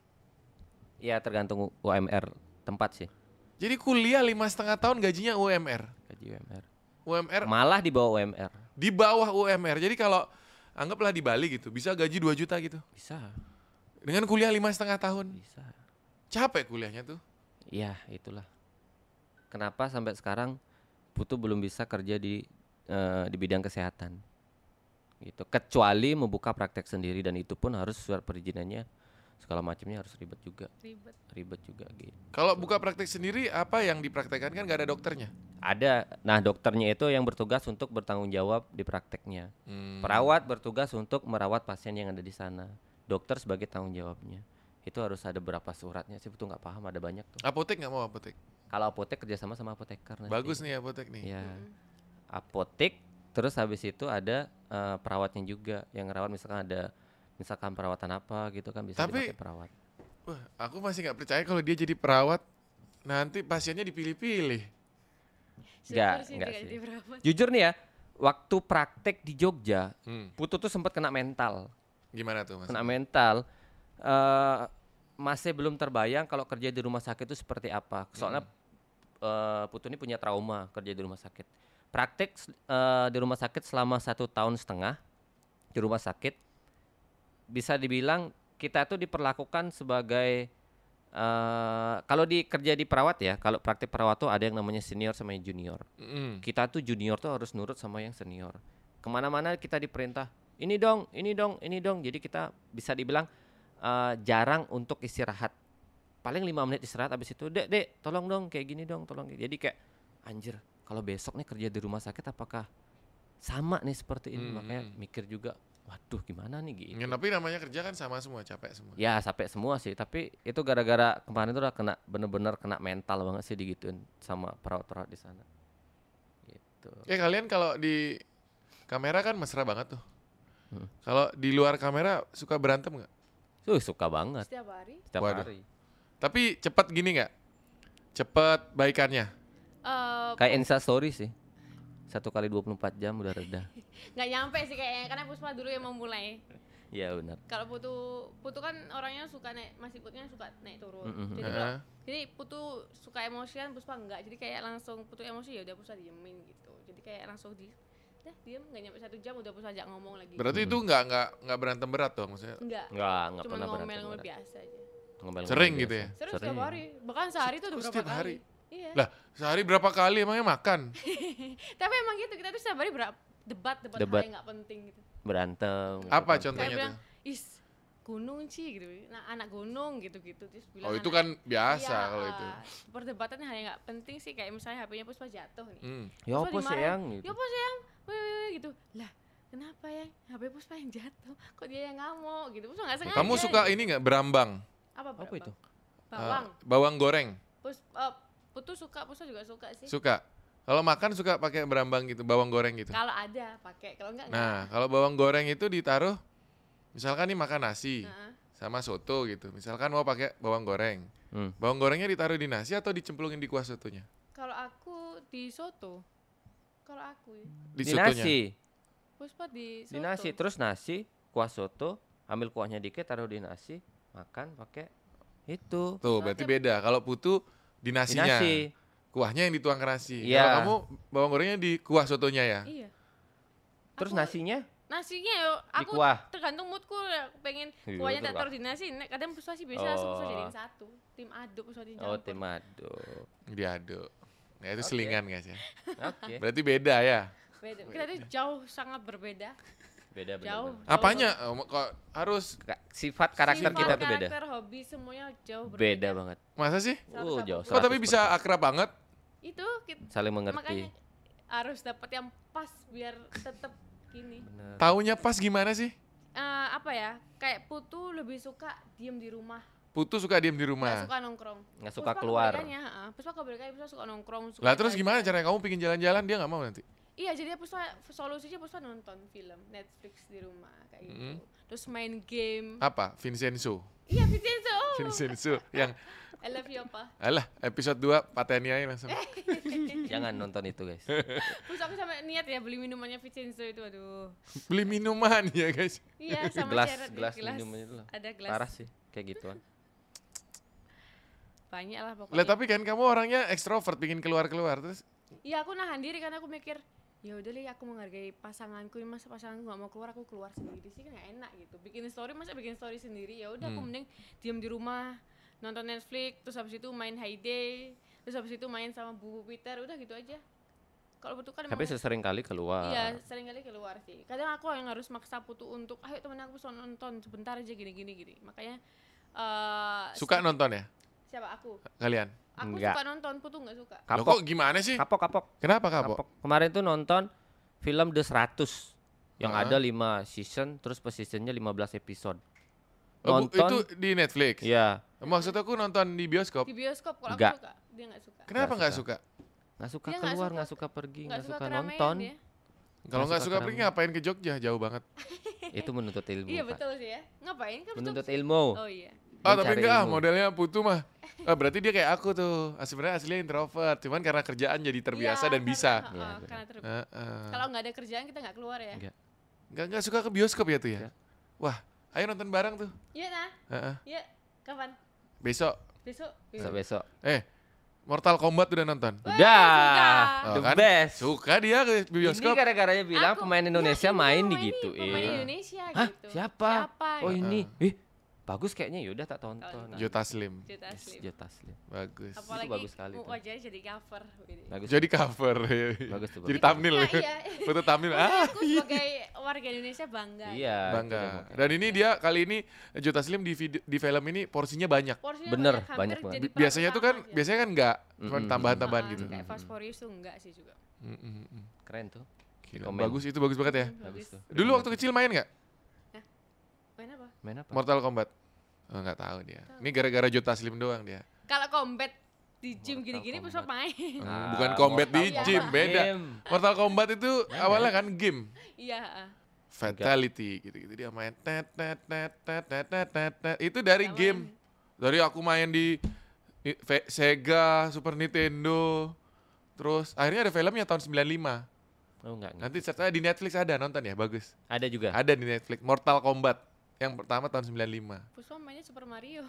[SPEAKER 3] ya tergantung U- UMR tempat sih.
[SPEAKER 1] Jadi kuliah lima setengah tahun gajinya UMR.
[SPEAKER 3] Gaji UMR.
[SPEAKER 1] UMR
[SPEAKER 3] Malah di bawah UMR.
[SPEAKER 1] di bawah UMR. Jadi kalau anggaplah di Bali gitu, bisa gaji 2 juta gitu.
[SPEAKER 3] Bisa,
[SPEAKER 1] Dengan kuliah lima setengah tahun.
[SPEAKER 3] bisa.
[SPEAKER 1] Capek kuliahnya tuh.
[SPEAKER 3] Ya itulah. Kenapa sampai sekarang Putu belum bisa kerja di eh, di bidang kesehatan. Gitu. Kecuali membuka praktek sendiri dan itu pun harus surat perizinannya segala macamnya harus ribet juga,
[SPEAKER 2] ribet
[SPEAKER 3] ribet juga gitu.
[SPEAKER 1] Kalau buka praktek sendiri, apa yang dipraktekkan kan gak ada dokternya.
[SPEAKER 3] Ada nah dokternya itu yang bertugas untuk bertanggung jawab di prakteknya.
[SPEAKER 1] Hmm.
[SPEAKER 3] Perawat bertugas untuk merawat pasien yang ada di sana. Dokter sebagai tanggung jawabnya. Itu harus ada berapa suratnya sih? Putu nggak paham, ada banyak tuh.
[SPEAKER 1] Apotek nggak mau apotek.
[SPEAKER 3] Kalau apotek kerjasama sama apoteker nanti.
[SPEAKER 1] Bagus nih apotek nih.
[SPEAKER 3] Ya.
[SPEAKER 2] Mm-mm.
[SPEAKER 3] apotek terus habis itu ada eh, perawatnya juga yang ngerawat misalkan ada misalkan perawatan apa gitu kan bisa
[SPEAKER 1] Tapi-
[SPEAKER 3] dipakai perawat
[SPEAKER 1] Wah, aku masih nggak percaya kalau dia jadi perawat nanti pasiennya dipilih-pilih.
[SPEAKER 3] Nggak,
[SPEAKER 2] Syukur sih
[SPEAKER 3] nggak
[SPEAKER 2] tidak
[SPEAKER 3] sih.
[SPEAKER 2] jadi perawat.
[SPEAKER 3] jujur nih ya waktu praktek di Jogja
[SPEAKER 1] Hmm,
[SPEAKER 3] Putu tuh sempat kena mental
[SPEAKER 1] Gimana tuh mas?
[SPEAKER 3] kena mental eh masih belum terbayang kalau kerja di rumah sakit itu seperti apa soalnya eh, Putu ini punya trauma kerja di rumah sakit praktek s- eh, di rumah sakit selama satu tahun setengah di rumah sakit bisa dibilang kita tuh diperlakukan sebagai eh kalau di kerja di perawat ya kalau praktik perawat tuh ada yang namanya senior sama yang junior
[SPEAKER 1] Mm-mm.
[SPEAKER 3] kita tuh junior tuh harus nurut sama yang senior. Kemana-mana kita diperintah, ini dong, ini dong, ini dong. Jadi kita bisa dibilang eh, jarang untuk istirahat. Paling lima menit istirahat habis itu, dek, dek, tolong dong, kayak gini dong, tolong. Jadi kayak, anjir, kalau besok nih kerja di rumah sakit apakah sama nih seperti ini?
[SPEAKER 1] Hmm,
[SPEAKER 3] Makanya
[SPEAKER 1] hmm.
[SPEAKER 3] mikir juga, waduh gimana nih gitu.
[SPEAKER 1] Ya, tapi namanya kerja kan sama semua, capek semua.
[SPEAKER 3] Ya sampai semua sih, tapi itu gara-gara kemarin tuh udah kena bener-bener kena mental banget sih digituin sama perawat-perawat di sana. Gitu.
[SPEAKER 1] Ya kalian kalau di kamera kan mesra banget tuh.
[SPEAKER 3] Hmm.
[SPEAKER 1] Kalau di luar kamera suka berantem nggak?
[SPEAKER 3] Tuh suka banget.
[SPEAKER 2] setiap hari
[SPEAKER 3] setiap
[SPEAKER 1] Waduh.
[SPEAKER 3] hari.
[SPEAKER 1] Tapi cepat gini nggak? Cepat baikannya.
[SPEAKER 2] Eh,
[SPEAKER 3] Kayak Insta story sih. Satu kali 24 jam udah
[SPEAKER 2] [laughs]
[SPEAKER 3] reda.
[SPEAKER 2] nggak nyampe sih kayaknya karena Puspa dulu yang memulai
[SPEAKER 3] Iya benar.
[SPEAKER 2] kalau Putu Putu kan orangnya suka naik masih Putunya suka naik turun
[SPEAKER 3] Mm-mm.
[SPEAKER 2] jadi,
[SPEAKER 1] Heeh.
[SPEAKER 2] kalau- jadi Putu suka emosi kan Puspa enggak jadi kayak langsung Putu emosi ya udah Puspa diemin gitu jadi kayak langsung di dah diem nggak nyampe satu jam udah Puspa ajak ngomong lagi
[SPEAKER 1] Berarti itu nggak nggak nggak berantem berat dong maksudnya.
[SPEAKER 2] enggak
[SPEAKER 3] Enggak, enggak
[SPEAKER 2] cuma
[SPEAKER 3] pernah berantem.
[SPEAKER 2] ngomel-ngomel
[SPEAKER 3] benar.
[SPEAKER 2] biasa aja
[SPEAKER 3] Ngomel-ngomel
[SPEAKER 1] Sering
[SPEAKER 3] biasa.
[SPEAKER 1] gitu ya?
[SPEAKER 2] Serius setiap hari. Bahkan sehari tuh udah
[SPEAKER 1] Kok
[SPEAKER 2] berapa
[SPEAKER 1] setiap
[SPEAKER 2] kali.
[SPEAKER 1] hari?
[SPEAKER 2] Iya.
[SPEAKER 1] Lah, sehari berapa kali emangnya makan?
[SPEAKER 2] Tapi emang gitu kita tuh setiap hari ber- debat debat,
[SPEAKER 3] Debat.
[SPEAKER 2] hal yang nggak penting gitu.
[SPEAKER 3] Berantem. gitu
[SPEAKER 1] Apa
[SPEAKER 3] kan.
[SPEAKER 2] Kayak
[SPEAKER 1] contohnya
[SPEAKER 2] bilang,
[SPEAKER 1] tuh?
[SPEAKER 2] is gunung sih gitu. Nah, anak gunung gitu-gitu terus bilang
[SPEAKER 1] Oh, itu
[SPEAKER 2] anak-
[SPEAKER 1] kan biasa
[SPEAKER 2] Iya,
[SPEAKER 1] kalau itu.
[SPEAKER 2] Perdebatan hal yang nggak penting sih kayak misalnya HP-nya Puspa jatuh nih.
[SPEAKER 1] Hmm.
[SPEAKER 3] Ya
[SPEAKER 2] Puspa
[SPEAKER 3] apa
[SPEAKER 2] dimarahin,
[SPEAKER 3] sayang
[SPEAKER 2] Ya
[SPEAKER 3] gitu.
[SPEAKER 2] apa sayang? Wih, wih, wih," gitu. Lah, kenapa ya? HP Puspa yang jatuh. Kok dia yang ngamuk gitu. Puspa nggak sengaja.
[SPEAKER 1] Kamu suka
[SPEAKER 2] gitu.
[SPEAKER 1] ini nggak berambang?
[SPEAKER 2] apa,
[SPEAKER 3] Apa
[SPEAKER 2] berapa?
[SPEAKER 3] itu? Ah.
[SPEAKER 2] Bawang.
[SPEAKER 1] Eh, bawang goreng.
[SPEAKER 2] Puspa eh, Putu suka, Puspa juga suka sih.
[SPEAKER 1] Suka. Kalau makan suka pakai berambang gitu, bawang goreng gitu.
[SPEAKER 2] Kalau ada pakai, kalau enggak enggak.
[SPEAKER 1] Nah, kalau bawang goreng itu ditaruh misalkan nih makan nasi
[SPEAKER 2] Heeh.
[SPEAKER 1] sama soto gitu. Misalkan mau pakai bawang goreng.
[SPEAKER 3] Hmm.
[SPEAKER 1] Bawang gorengnya ditaruh di nasi atau dicemplungin di kuah sotonya?
[SPEAKER 2] Kalau aku di soto. Kalau aku ya.
[SPEAKER 1] Di,
[SPEAKER 3] Di
[SPEAKER 1] sotonya.
[SPEAKER 3] nasi.
[SPEAKER 2] Puspa di soto.
[SPEAKER 3] Di nasi. Terus nasi, kuah soto, ambil kuahnya dikit taruh di nasi, makan pakai itu.
[SPEAKER 1] Tuh, berarti beda. Kalau putu di
[SPEAKER 3] Di
[SPEAKER 1] nasinya.
[SPEAKER 3] nasi.
[SPEAKER 1] Kuahnya yang dituang ke nasi.
[SPEAKER 3] Iya.
[SPEAKER 1] Kalau kamu bawang gorengnya di kuah sotonya ya.
[SPEAKER 2] Iya.
[SPEAKER 3] Terus
[SPEAKER 2] Aku-
[SPEAKER 3] nasinya
[SPEAKER 2] Nasinya yo, aku
[SPEAKER 3] kuah.
[SPEAKER 2] tergantung moodku ya. aku pengen
[SPEAKER 3] Iya,
[SPEAKER 2] kuahnya tak
[SPEAKER 3] tergantung.
[SPEAKER 2] taruh di nasi. Nek- Kadang puspa sih biasa langsung puspa
[SPEAKER 3] Oh.
[SPEAKER 2] jadiin satu. Tim aduk puspa jadiin
[SPEAKER 3] Oh,
[SPEAKER 2] campur.
[SPEAKER 3] temado.
[SPEAKER 1] Diaduk. Ya itu
[SPEAKER 3] Oke.
[SPEAKER 1] selingan guys ya. [laughs]
[SPEAKER 3] Oke.
[SPEAKER 1] Berarti beda ya.
[SPEAKER 2] Beda. Kita tuh jauh sangat berbeda.
[SPEAKER 3] Beda
[SPEAKER 2] Jauh.
[SPEAKER 3] benar.
[SPEAKER 2] jauh
[SPEAKER 1] Apanya? Oh, kok harus
[SPEAKER 3] Ka- Sifat karakter
[SPEAKER 2] Sifat,
[SPEAKER 3] kita tuh beda.
[SPEAKER 2] Karakter, hobi semuanya jauh
[SPEAKER 3] Beda
[SPEAKER 2] berbeda.
[SPEAKER 3] banget.
[SPEAKER 1] masa sih?
[SPEAKER 3] Oh, jauh.
[SPEAKER 1] Kok tapi
[SPEAKER 3] 100%.
[SPEAKER 1] bisa akrab banget?
[SPEAKER 2] Itu kita,
[SPEAKER 3] saling
[SPEAKER 2] makanya
[SPEAKER 3] mengerti.
[SPEAKER 1] [laughs]
[SPEAKER 2] harus dapat yang pas biar tetap gini.
[SPEAKER 3] Bener.
[SPEAKER 1] Taunya pas gimana sih?
[SPEAKER 2] Eh, apa ya? Kayak Putu lebih suka diem di rumah,
[SPEAKER 1] Putu suka diem di
[SPEAKER 2] nggak
[SPEAKER 1] rumah.
[SPEAKER 2] suka nongkrong.
[SPEAKER 3] Nah. Nggak suka
[SPEAKER 2] Puspa
[SPEAKER 3] keluar.
[SPEAKER 2] kebalikannya, heeh. Puspa kebalikannya Puspa suka nongkrong. Suka
[SPEAKER 1] Lah terus
[SPEAKER 2] jalan-jalan.
[SPEAKER 1] gimana caranya kamu pingin jalan-jalan dia nggak mau nanti?
[SPEAKER 2] Iya, jadi Puspa solusinya Puspa nonton film Netflix di rumah kayak gitu.
[SPEAKER 3] Mm-hmm.
[SPEAKER 2] Terus main game.
[SPEAKER 3] Ah.
[SPEAKER 1] Apa? Vincenzo.
[SPEAKER 2] Iya, Vincenzo. oh,
[SPEAKER 1] Vincenzo yang
[SPEAKER 2] I love you, apa?
[SPEAKER 1] alah episode 2 pateni aja langsung.
[SPEAKER 3] Jangan nonton itu, guys.
[SPEAKER 2] Terus aku sampai niat ya beli minumannya Vincenzo itu, aduh.
[SPEAKER 1] Beli minuman ya guys.
[SPEAKER 3] [laughs]
[SPEAKER 2] Iya, sama
[SPEAKER 3] gelas,
[SPEAKER 2] Jared,
[SPEAKER 3] gelas minumannya itu loh.
[SPEAKER 2] Ada gelas.
[SPEAKER 3] Parah sih kayak gituan.
[SPEAKER 2] Banyak lah
[SPEAKER 1] Lah
[SPEAKER 2] pokoknya.
[SPEAKER 1] tapi kan kamu orangnya ekstrovert pingin keluar-keluar terus
[SPEAKER 2] Iya, aku nahan diri karena aku mikir ya udah li aku menghargai pasanganku ini masa pasanganku nggak mau keluar aku keluar sendiri sih kan nggak enak gitu bikin story masa bikin story sendiri ya udah
[SPEAKER 3] Hmm.
[SPEAKER 2] aku mending diam di rumah nonton Netflix terus habis itu main High Day terus habis itu main sama Bu Peter udah gitu aja kalau butuh kan
[SPEAKER 3] Tapi
[SPEAKER 2] emang-
[SPEAKER 3] sesering kali keluar.
[SPEAKER 2] Iya, sering kali keluar sih. Kadang aku yang harus maksa putu untuk, ayo temen aku bisa nonton sebentar aja gini-gini gini. Makanya eh
[SPEAKER 1] suka nonton ya
[SPEAKER 2] si- siapa aku?
[SPEAKER 1] kalian.
[SPEAKER 2] Aku
[SPEAKER 3] Enggak.
[SPEAKER 2] suka nonton, putu nggak suka.
[SPEAKER 1] Loh,
[SPEAKER 3] Kapok,
[SPEAKER 1] kok gimana sih?
[SPEAKER 3] kapok, kapok.
[SPEAKER 1] Kenapa kapok?
[SPEAKER 3] kapok. Kemarin tuh nonton film The 100 yang
[SPEAKER 1] Ah.
[SPEAKER 3] ada 5 season terus per seasonnya 15 episode.
[SPEAKER 1] Oh, bu-
[SPEAKER 3] Nonton
[SPEAKER 1] itu di Netflix.
[SPEAKER 3] Iya,
[SPEAKER 1] Maksud aku nonton di bioskop.
[SPEAKER 2] Di bioskop kalau
[SPEAKER 3] Enggak.
[SPEAKER 2] aku suka, dia nggak suka.
[SPEAKER 1] Kenapa nggak
[SPEAKER 3] Nggak
[SPEAKER 1] suka?
[SPEAKER 3] nggak suka
[SPEAKER 2] Dia nggak
[SPEAKER 3] keluar,
[SPEAKER 2] suka-
[SPEAKER 3] nggak suka, pergi,
[SPEAKER 2] Nggak
[SPEAKER 3] nggak
[SPEAKER 2] suka
[SPEAKER 3] suka
[SPEAKER 2] keramaian
[SPEAKER 3] nonton.
[SPEAKER 2] dia.
[SPEAKER 1] Kalau nggak
[SPEAKER 3] suka
[SPEAKER 1] suka
[SPEAKER 3] keramaian.
[SPEAKER 1] pergi ngapain ke Jogja? Jauh banget.
[SPEAKER 3] Itu menuntut ilmu.
[SPEAKER 2] Iya
[SPEAKER 3] Pak.
[SPEAKER 2] betul sih ya. Ngapain kan putu?
[SPEAKER 3] Menuntut ilmu.
[SPEAKER 2] Oh iya.
[SPEAKER 1] Ah tapi
[SPEAKER 3] Mencari
[SPEAKER 1] enggak ah,
[SPEAKER 3] ilmu.
[SPEAKER 1] modelnya putu mah. Ah, berarti dia kayak aku tuh. Ah, Sebenarnya aslinya introvert, cuman karena kerjaan jadi terbiasa
[SPEAKER 2] Iya,
[SPEAKER 1] dan bisa.
[SPEAKER 2] Karena,
[SPEAKER 3] Iya,
[SPEAKER 2] heeh,
[SPEAKER 3] benar.
[SPEAKER 2] karena ter-
[SPEAKER 1] Heeh.
[SPEAKER 2] Kalau nggak ada kerjaan kita nggak keluar ya.
[SPEAKER 3] Enggak.
[SPEAKER 1] Enggak enggak suka ke bioskop ya tuh ya.
[SPEAKER 3] Enggak.
[SPEAKER 1] Wah, ayo nonton bareng tuh.
[SPEAKER 2] Iya nah,
[SPEAKER 1] Heeh.
[SPEAKER 2] iya. Kapan?
[SPEAKER 1] Besok.
[SPEAKER 2] Besok. Iya.
[SPEAKER 3] Besok besok.
[SPEAKER 1] Eh, Mortal Kombat udah nonton.
[SPEAKER 2] Wah,
[SPEAKER 3] Udah.
[SPEAKER 2] sudah.
[SPEAKER 1] Oh,
[SPEAKER 3] The
[SPEAKER 1] kan?
[SPEAKER 3] best.
[SPEAKER 1] Suka dia ke
[SPEAKER 3] Ini kan-
[SPEAKER 1] bioskop.
[SPEAKER 3] gara-garanya bilang
[SPEAKER 2] Aku-
[SPEAKER 3] pemain
[SPEAKER 2] ya,
[SPEAKER 3] Indonesia
[SPEAKER 2] ini
[SPEAKER 3] main
[SPEAKER 2] pemain ini, Pemain
[SPEAKER 3] digituin.
[SPEAKER 2] Indonesia
[SPEAKER 3] Hah,
[SPEAKER 2] gitu.
[SPEAKER 3] siapa?
[SPEAKER 2] Siapa?
[SPEAKER 3] Oh,
[SPEAKER 2] gitu.
[SPEAKER 3] ini.
[SPEAKER 1] Ah.
[SPEAKER 3] Ih, bagus kayaknya. Yaudah tak tonton.
[SPEAKER 1] Jota Slim.
[SPEAKER 2] Juta
[SPEAKER 3] Yes,
[SPEAKER 2] Slim.
[SPEAKER 3] Jota Slim.
[SPEAKER 1] Bagus.
[SPEAKER 2] apalagi
[SPEAKER 3] bagus sekali
[SPEAKER 2] mu-
[SPEAKER 3] tuh. Nah,
[SPEAKER 2] wajahnya jadi cover gitu.
[SPEAKER 3] Bagus.
[SPEAKER 1] Jadi cover.
[SPEAKER 3] Bagus tuh,
[SPEAKER 1] Jadi
[SPEAKER 3] bagus.
[SPEAKER 1] thumbnail.
[SPEAKER 2] Nah, iya.
[SPEAKER 1] [laughs] Foto thumbnail.
[SPEAKER 2] Makanya
[SPEAKER 1] Ah,
[SPEAKER 2] aku sebagai warga Indonesia bangga
[SPEAKER 3] Iya. itu dia
[SPEAKER 1] bangga.
[SPEAKER 3] makanya.
[SPEAKER 1] Dan ini dia kali ini Jota Slim di vid- di film ini porsinya banyak.
[SPEAKER 2] Porsinya
[SPEAKER 3] Bener,
[SPEAKER 2] hampir
[SPEAKER 3] banyak
[SPEAKER 2] jadi
[SPEAKER 3] banget.
[SPEAKER 1] Bi-
[SPEAKER 2] peran
[SPEAKER 1] Biasanya tuh kan
[SPEAKER 2] utama dia.
[SPEAKER 1] biasanya kan enggak, cuma
[SPEAKER 3] Mm-mm.
[SPEAKER 1] tambahan-tambahan
[SPEAKER 2] Ah,
[SPEAKER 1] gitu.
[SPEAKER 2] kayak Fast for You tuh enggak sih juga
[SPEAKER 1] Mm, mm, mm.
[SPEAKER 3] Keren tuh.
[SPEAKER 1] Gila,
[SPEAKER 3] Komen.
[SPEAKER 1] Bagus itu bagus banget ya.
[SPEAKER 2] Hmm,
[SPEAKER 3] Bagus tuh.
[SPEAKER 1] Dulu waktu kecil main nggak
[SPEAKER 2] main apa
[SPEAKER 3] main apa?
[SPEAKER 1] Mortal Kombat? Oh, nggak tahu dia. Ini gara-gara Jota Slim doang dia.
[SPEAKER 2] kalau combat di gym
[SPEAKER 3] Mortal
[SPEAKER 2] gini-gini
[SPEAKER 3] Kombat.
[SPEAKER 2] bisa main
[SPEAKER 1] Hmm, bukan combat di
[SPEAKER 3] Ah, Mortal
[SPEAKER 1] gym,
[SPEAKER 3] Kombat
[SPEAKER 1] beda.
[SPEAKER 3] game.
[SPEAKER 1] Mortal Kombat itu awalnya kan game.
[SPEAKER 2] iya ah.
[SPEAKER 1] Fatality gitu-gitu dia main tet tet tet tet tet tet tet, tet. Itu dari
[SPEAKER 2] Nggak
[SPEAKER 1] game. Dari aku main di di Ve- Sega, Super Nintendo. Terus akhirnya ada filmnya tahun 95.
[SPEAKER 3] Oh enggak. enggak.
[SPEAKER 1] Nanti serta di Netflix ada nonton ya, bagus.
[SPEAKER 3] Ada juga.
[SPEAKER 1] Ada di Netflix Mortal Kombat yang pertama tahun 95.
[SPEAKER 2] Puspa mainnya Super Mario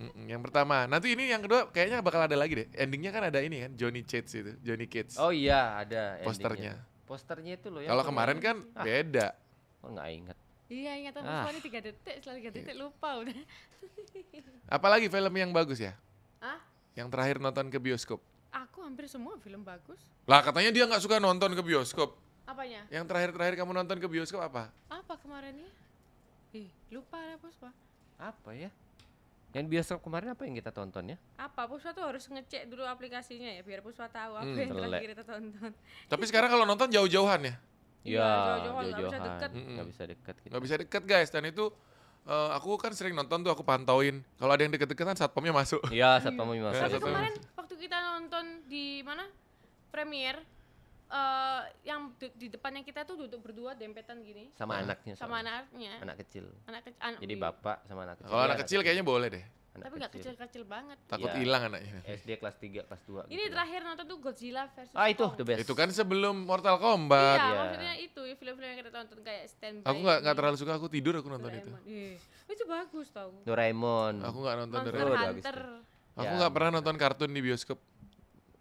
[SPEAKER 1] Mm-mm, yang pertama. Nanti ini yang kedua kayaknya bakal ada lagi deh. Endingnya kan ada ini kan Johnny Cates itu, Johnny Cates.
[SPEAKER 3] Oh iya, ada endingnya.
[SPEAKER 1] Posternya.
[SPEAKER 3] Posternya itu loh ya.
[SPEAKER 1] Kalau kemarin kan beda.
[SPEAKER 3] Oh enggak ingat.
[SPEAKER 2] Iya ingatan
[SPEAKER 3] Ah.
[SPEAKER 2] Puspa ini tiga detik, setelah tiga detik lupa udah.
[SPEAKER 1] Apalagi film yang bagus ya?
[SPEAKER 2] Ah,
[SPEAKER 1] Yang terakhir nonton ke bioskop.
[SPEAKER 2] aku hampir semua film bagus.
[SPEAKER 1] Lah katanya dia nggak suka nonton ke bioskop.
[SPEAKER 2] Apanya?
[SPEAKER 1] Yang terakhir-terakhir kamu nonton ke bioskop apa?
[SPEAKER 2] Apa kemarin ya? Ih, lupa lah Puspa.
[SPEAKER 3] Apa ya? Yang bioskop kemarin apa yang kita tonton ya?
[SPEAKER 2] Apa Puspa tuh harus ngecek dulu aplikasinya ya biar Puspa tahu apa
[SPEAKER 1] Hmm,
[SPEAKER 2] yang
[SPEAKER 3] telek.
[SPEAKER 2] terakhir kita tonton.
[SPEAKER 1] Tapi sekarang kalau nonton jauh-jauhan ya.
[SPEAKER 2] Iya, jauh-jauhan,
[SPEAKER 3] jauh
[SPEAKER 2] nggak bisa deket.
[SPEAKER 3] Nggak bisa deket
[SPEAKER 1] [laughs]
[SPEAKER 3] gitu.
[SPEAKER 1] Nggak bisa deket guys. Dan itu eh, aku kan sering nonton tuh aku pantauin. Kalau ada yang deket-deketan satpamnya masuk.
[SPEAKER 3] Iya, saat kamu
[SPEAKER 1] Iya,
[SPEAKER 2] Tapi
[SPEAKER 1] satu.
[SPEAKER 2] kemarin waktu kita nonton di mana? Premier eh yang du- di depannya kita tuh duduk berdua dempetan gini
[SPEAKER 3] sama
[SPEAKER 1] Nah.
[SPEAKER 3] anaknya.
[SPEAKER 2] sama
[SPEAKER 3] soalnya.
[SPEAKER 2] anaknya.
[SPEAKER 3] Anak kecil.
[SPEAKER 2] Anak kecil. anak-
[SPEAKER 3] Jadi
[SPEAKER 2] iya.
[SPEAKER 3] bapak sama anak kecil.
[SPEAKER 1] Nah, Kalau
[SPEAKER 3] Iya,
[SPEAKER 1] anak kecil kayaknya boleh deh.
[SPEAKER 3] Anak
[SPEAKER 2] Tapi nggak kecil-kecil banget.
[SPEAKER 1] Takut
[SPEAKER 3] Iya.
[SPEAKER 1] hilang anaknya.
[SPEAKER 3] SD kelas 3, kelas 2
[SPEAKER 2] Ini terakhir nonton tuh Godzilla versus
[SPEAKER 3] Ah, itu
[SPEAKER 2] Kong.
[SPEAKER 3] the best.
[SPEAKER 1] Itu kan sebelum Mortal
[SPEAKER 2] Iya,
[SPEAKER 1] Kombat.
[SPEAKER 3] Iya.
[SPEAKER 2] maksudnya itu ya, film-film yang kita tonton kayak Stand By
[SPEAKER 1] Aku nggak nggak
[SPEAKER 2] Me,
[SPEAKER 1] terlalu suka. Aku tidur aku nonton itu.
[SPEAKER 2] Iya, Doraemon. Iya. Itu bagus tau.
[SPEAKER 3] Doraemon.
[SPEAKER 1] Aku nggak nonton
[SPEAKER 2] Monster
[SPEAKER 1] Doraemon.
[SPEAKER 3] udah habis
[SPEAKER 2] Hunter.
[SPEAKER 1] Aku
[SPEAKER 3] Ya,
[SPEAKER 1] nggak pernah nonton kartun di bioskop.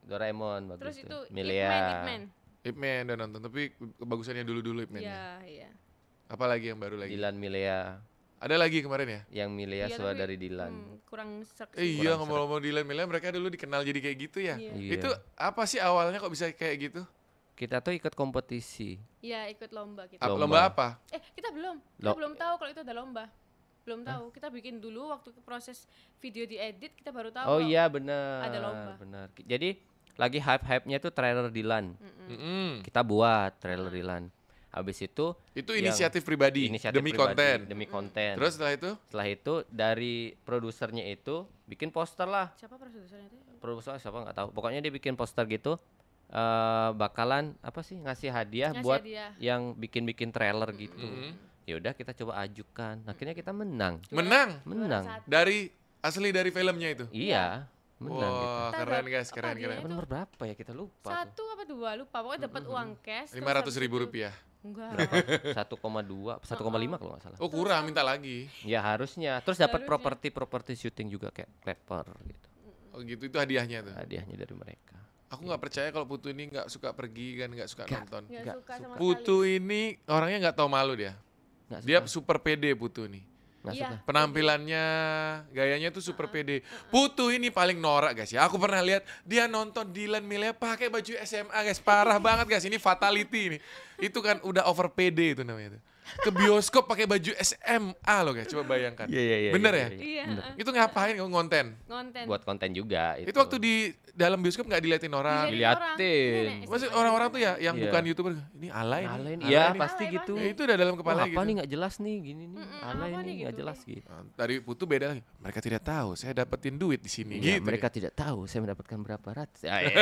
[SPEAKER 3] Doraemon bagus.
[SPEAKER 2] Terus
[SPEAKER 3] tuh.
[SPEAKER 2] itu Ip
[SPEAKER 3] Milea.
[SPEAKER 2] Man, Ip Man.
[SPEAKER 1] Ip Man udah nonton, tapi kebagusannya dulu-dulu Ip Man.
[SPEAKER 2] Iya,
[SPEAKER 1] ya.
[SPEAKER 2] iya.
[SPEAKER 1] Apalagi yang baru lagi?
[SPEAKER 3] Dilan Milea.
[SPEAKER 1] Ada lagi kemarin ya?
[SPEAKER 3] Yang Milea
[SPEAKER 2] Iya,
[SPEAKER 3] sudah
[SPEAKER 2] tapi,
[SPEAKER 3] dari Dilan.
[SPEAKER 2] hmm, kurang seksi.
[SPEAKER 1] Eh, iya ngomong-ngomong Dylan Mila mereka dulu dikenal jadi kayak gitu ya.
[SPEAKER 2] Iya.
[SPEAKER 3] Iya.
[SPEAKER 1] Itu apa sih awalnya kok bisa kayak gitu?
[SPEAKER 3] Kita tuh ikut kompetisi.
[SPEAKER 2] Iya, ikut lomba kita.
[SPEAKER 1] Ap- Lomba,
[SPEAKER 3] Lomba.
[SPEAKER 1] apa?
[SPEAKER 2] Eh, kita belum. Kita
[SPEAKER 3] Lo-
[SPEAKER 2] belum tahu kalau itu ada lomba. Belum tahu. Kita bikin dulu waktu proses video diedit kita baru tahu.
[SPEAKER 3] Oh
[SPEAKER 2] kalau-
[SPEAKER 3] iya benar.
[SPEAKER 2] ada lomba.
[SPEAKER 3] Benar. Ki- Jadi lagi hype-hype-nya tuh trailer Dilan.
[SPEAKER 2] Hmm.
[SPEAKER 1] Mm-mm.
[SPEAKER 3] Kita buat trailer Dilan. Habis itu
[SPEAKER 1] Itu
[SPEAKER 3] Yang
[SPEAKER 1] inisiatif pribadi
[SPEAKER 3] inisiatif
[SPEAKER 1] demi
[SPEAKER 3] pribadi,
[SPEAKER 1] konten.
[SPEAKER 3] Iya. Demi konten.
[SPEAKER 1] Terus setelah itu
[SPEAKER 2] Iya.
[SPEAKER 3] setelah itu dari produsernya itu bikin poster lah.
[SPEAKER 2] Siapa produsernya itu?
[SPEAKER 3] Produser siapa nggak tahu. Pokoknya dia bikin poster gitu eh bakalan apa sih ngasih hadiah
[SPEAKER 2] Ngasih
[SPEAKER 3] buat
[SPEAKER 2] hadiah.
[SPEAKER 3] yang bikin-bikin trailer gitu.
[SPEAKER 1] Mhm.
[SPEAKER 3] Ya udah kita coba ajukan. Akhirnya kita menang.
[SPEAKER 1] menang
[SPEAKER 3] Menang.
[SPEAKER 2] Mm-hmm. satu.
[SPEAKER 1] dari asli dari filmnya itu.
[SPEAKER 3] Iya, menang gitu.
[SPEAKER 1] Wah,
[SPEAKER 2] Kita
[SPEAKER 1] keren
[SPEAKER 2] dap-
[SPEAKER 1] guys, keren
[SPEAKER 2] apa
[SPEAKER 1] keren.
[SPEAKER 2] hadiahnya?
[SPEAKER 3] Nomor berapa ya kita lupa. tuh.
[SPEAKER 2] Satu apa dua lupa. Pokoknya dapat uang cash. terus
[SPEAKER 1] Lima ratus
[SPEAKER 2] habis
[SPEAKER 1] ribu
[SPEAKER 2] itu-
[SPEAKER 1] rupiah.
[SPEAKER 2] Enggak.
[SPEAKER 3] [laughs] 1,2, 1,5 kalau nggak salah.
[SPEAKER 1] Oh kurang, minta lagi.
[SPEAKER 3] Ya harusnya. Terus
[SPEAKER 2] Harusnya.
[SPEAKER 3] dapat
[SPEAKER 2] Mm.
[SPEAKER 3] properti-properti syuting juga kayak clapper gitu.
[SPEAKER 1] Oh gitu itu hadiahnya tuh.
[SPEAKER 3] Hadiahnya dari mereka.
[SPEAKER 1] Aku nggak percaya kalau Putu ini nggak suka pergi kan, nggak suka nonton.
[SPEAKER 2] Enggak
[SPEAKER 3] Enggak
[SPEAKER 2] suka sama
[SPEAKER 1] Putu ini orangnya nggak tahu malu dia.
[SPEAKER 3] Nggak
[SPEAKER 1] Dia
[SPEAKER 3] suka,
[SPEAKER 1] super pede Putu nih.
[SPEAKER 3] nggak
[SPEAKER 2] Iya.
[SPEAKER 3] suka.
[SPEAKER 1] Penampilannya, gayanya tuh super pede. Putu ini paling norak guys ya. Aku pernah lihat dia nonton Dylan Milea pakai baju SMA guys. Parah banget guys. Ini fatality ini. Itu kan udah over pede itu namanya itu. Ke bioskop pakai baju SMA loh guys. Coba bayangkan.
[SPEAKER 3] Iya, iya, iya,
[SPEAKER 1] Bener
[SPEAKER 3] iya,
[SPEAKER 1] ya?
[SPEAKER 3] iya,
[SPEAKER 2] Iya, heeh.
[SPEAKER 1] Itu ngapain kamu ngonten?
[SPEAKER 2] ngonten.
[SPEAKER 3] Buat konten juga itu.
[SPEAKER 1] Itu waktu di dalam bioskop nggak diliatin orang.
[SPEAKER 2] Diliatin orang.
[SPEAKER 3] diliatin.
[SPEAKER 2] Nenek,
[SPEAKER 1] Maksud
[SPEAKER 2] SMA.
[SPEAKER 1] orang-orang tuh ya yang
[SPEAKER 3] Iya.
[SPEAKER 1] bukan YouTuber, ini alay nih.
[SPEAKER 3] Alain,
[SPEAKER 1] alay
[SPEAKER 3] iya
[SPEAKER 1] nih.
[SPEAKER 3] pasti
[SPEAKER 2] Alay,
[SPEAKER 3] gitu.
[SPEAKER 1] Ya, itu udah dalam
[SPEAKER 3] Wah,
[SPEAKER 1] kepala
[SPEAKER 3] apa
[SPEAKER 1] gitu.
[SPEAKER 3] nih nggak jelas nih gini nih.
[SPEAKER 2] Mm-mm,
[SPEAKER 3] Alay
[SPEAKER 2] apa
[SPEAKER 3] nih
[SPEAKER 2] nih
[SPEAKER 3] nggak
[SPEAKER 2] gitu,
[SPEAKER 3] jelas
[SPEAKER 2] kayak
[SPEAKER 3] gitu.
[SPEAKER 1] Dari Putu beda lagi. Mereka tidak tahu, saya dapetin duit di sini.
[SPEAKER 3] Iya,
[SPEAKER 1] gitu
[SPEAKER 3] mereka
[SPEAKER 1] dia.
[SPEAKER 3] tidak tahu saya mendapatkan berapa ratus. Ah,
[SPEAKER 1] [laughs]
[SPEAKER 3] iya.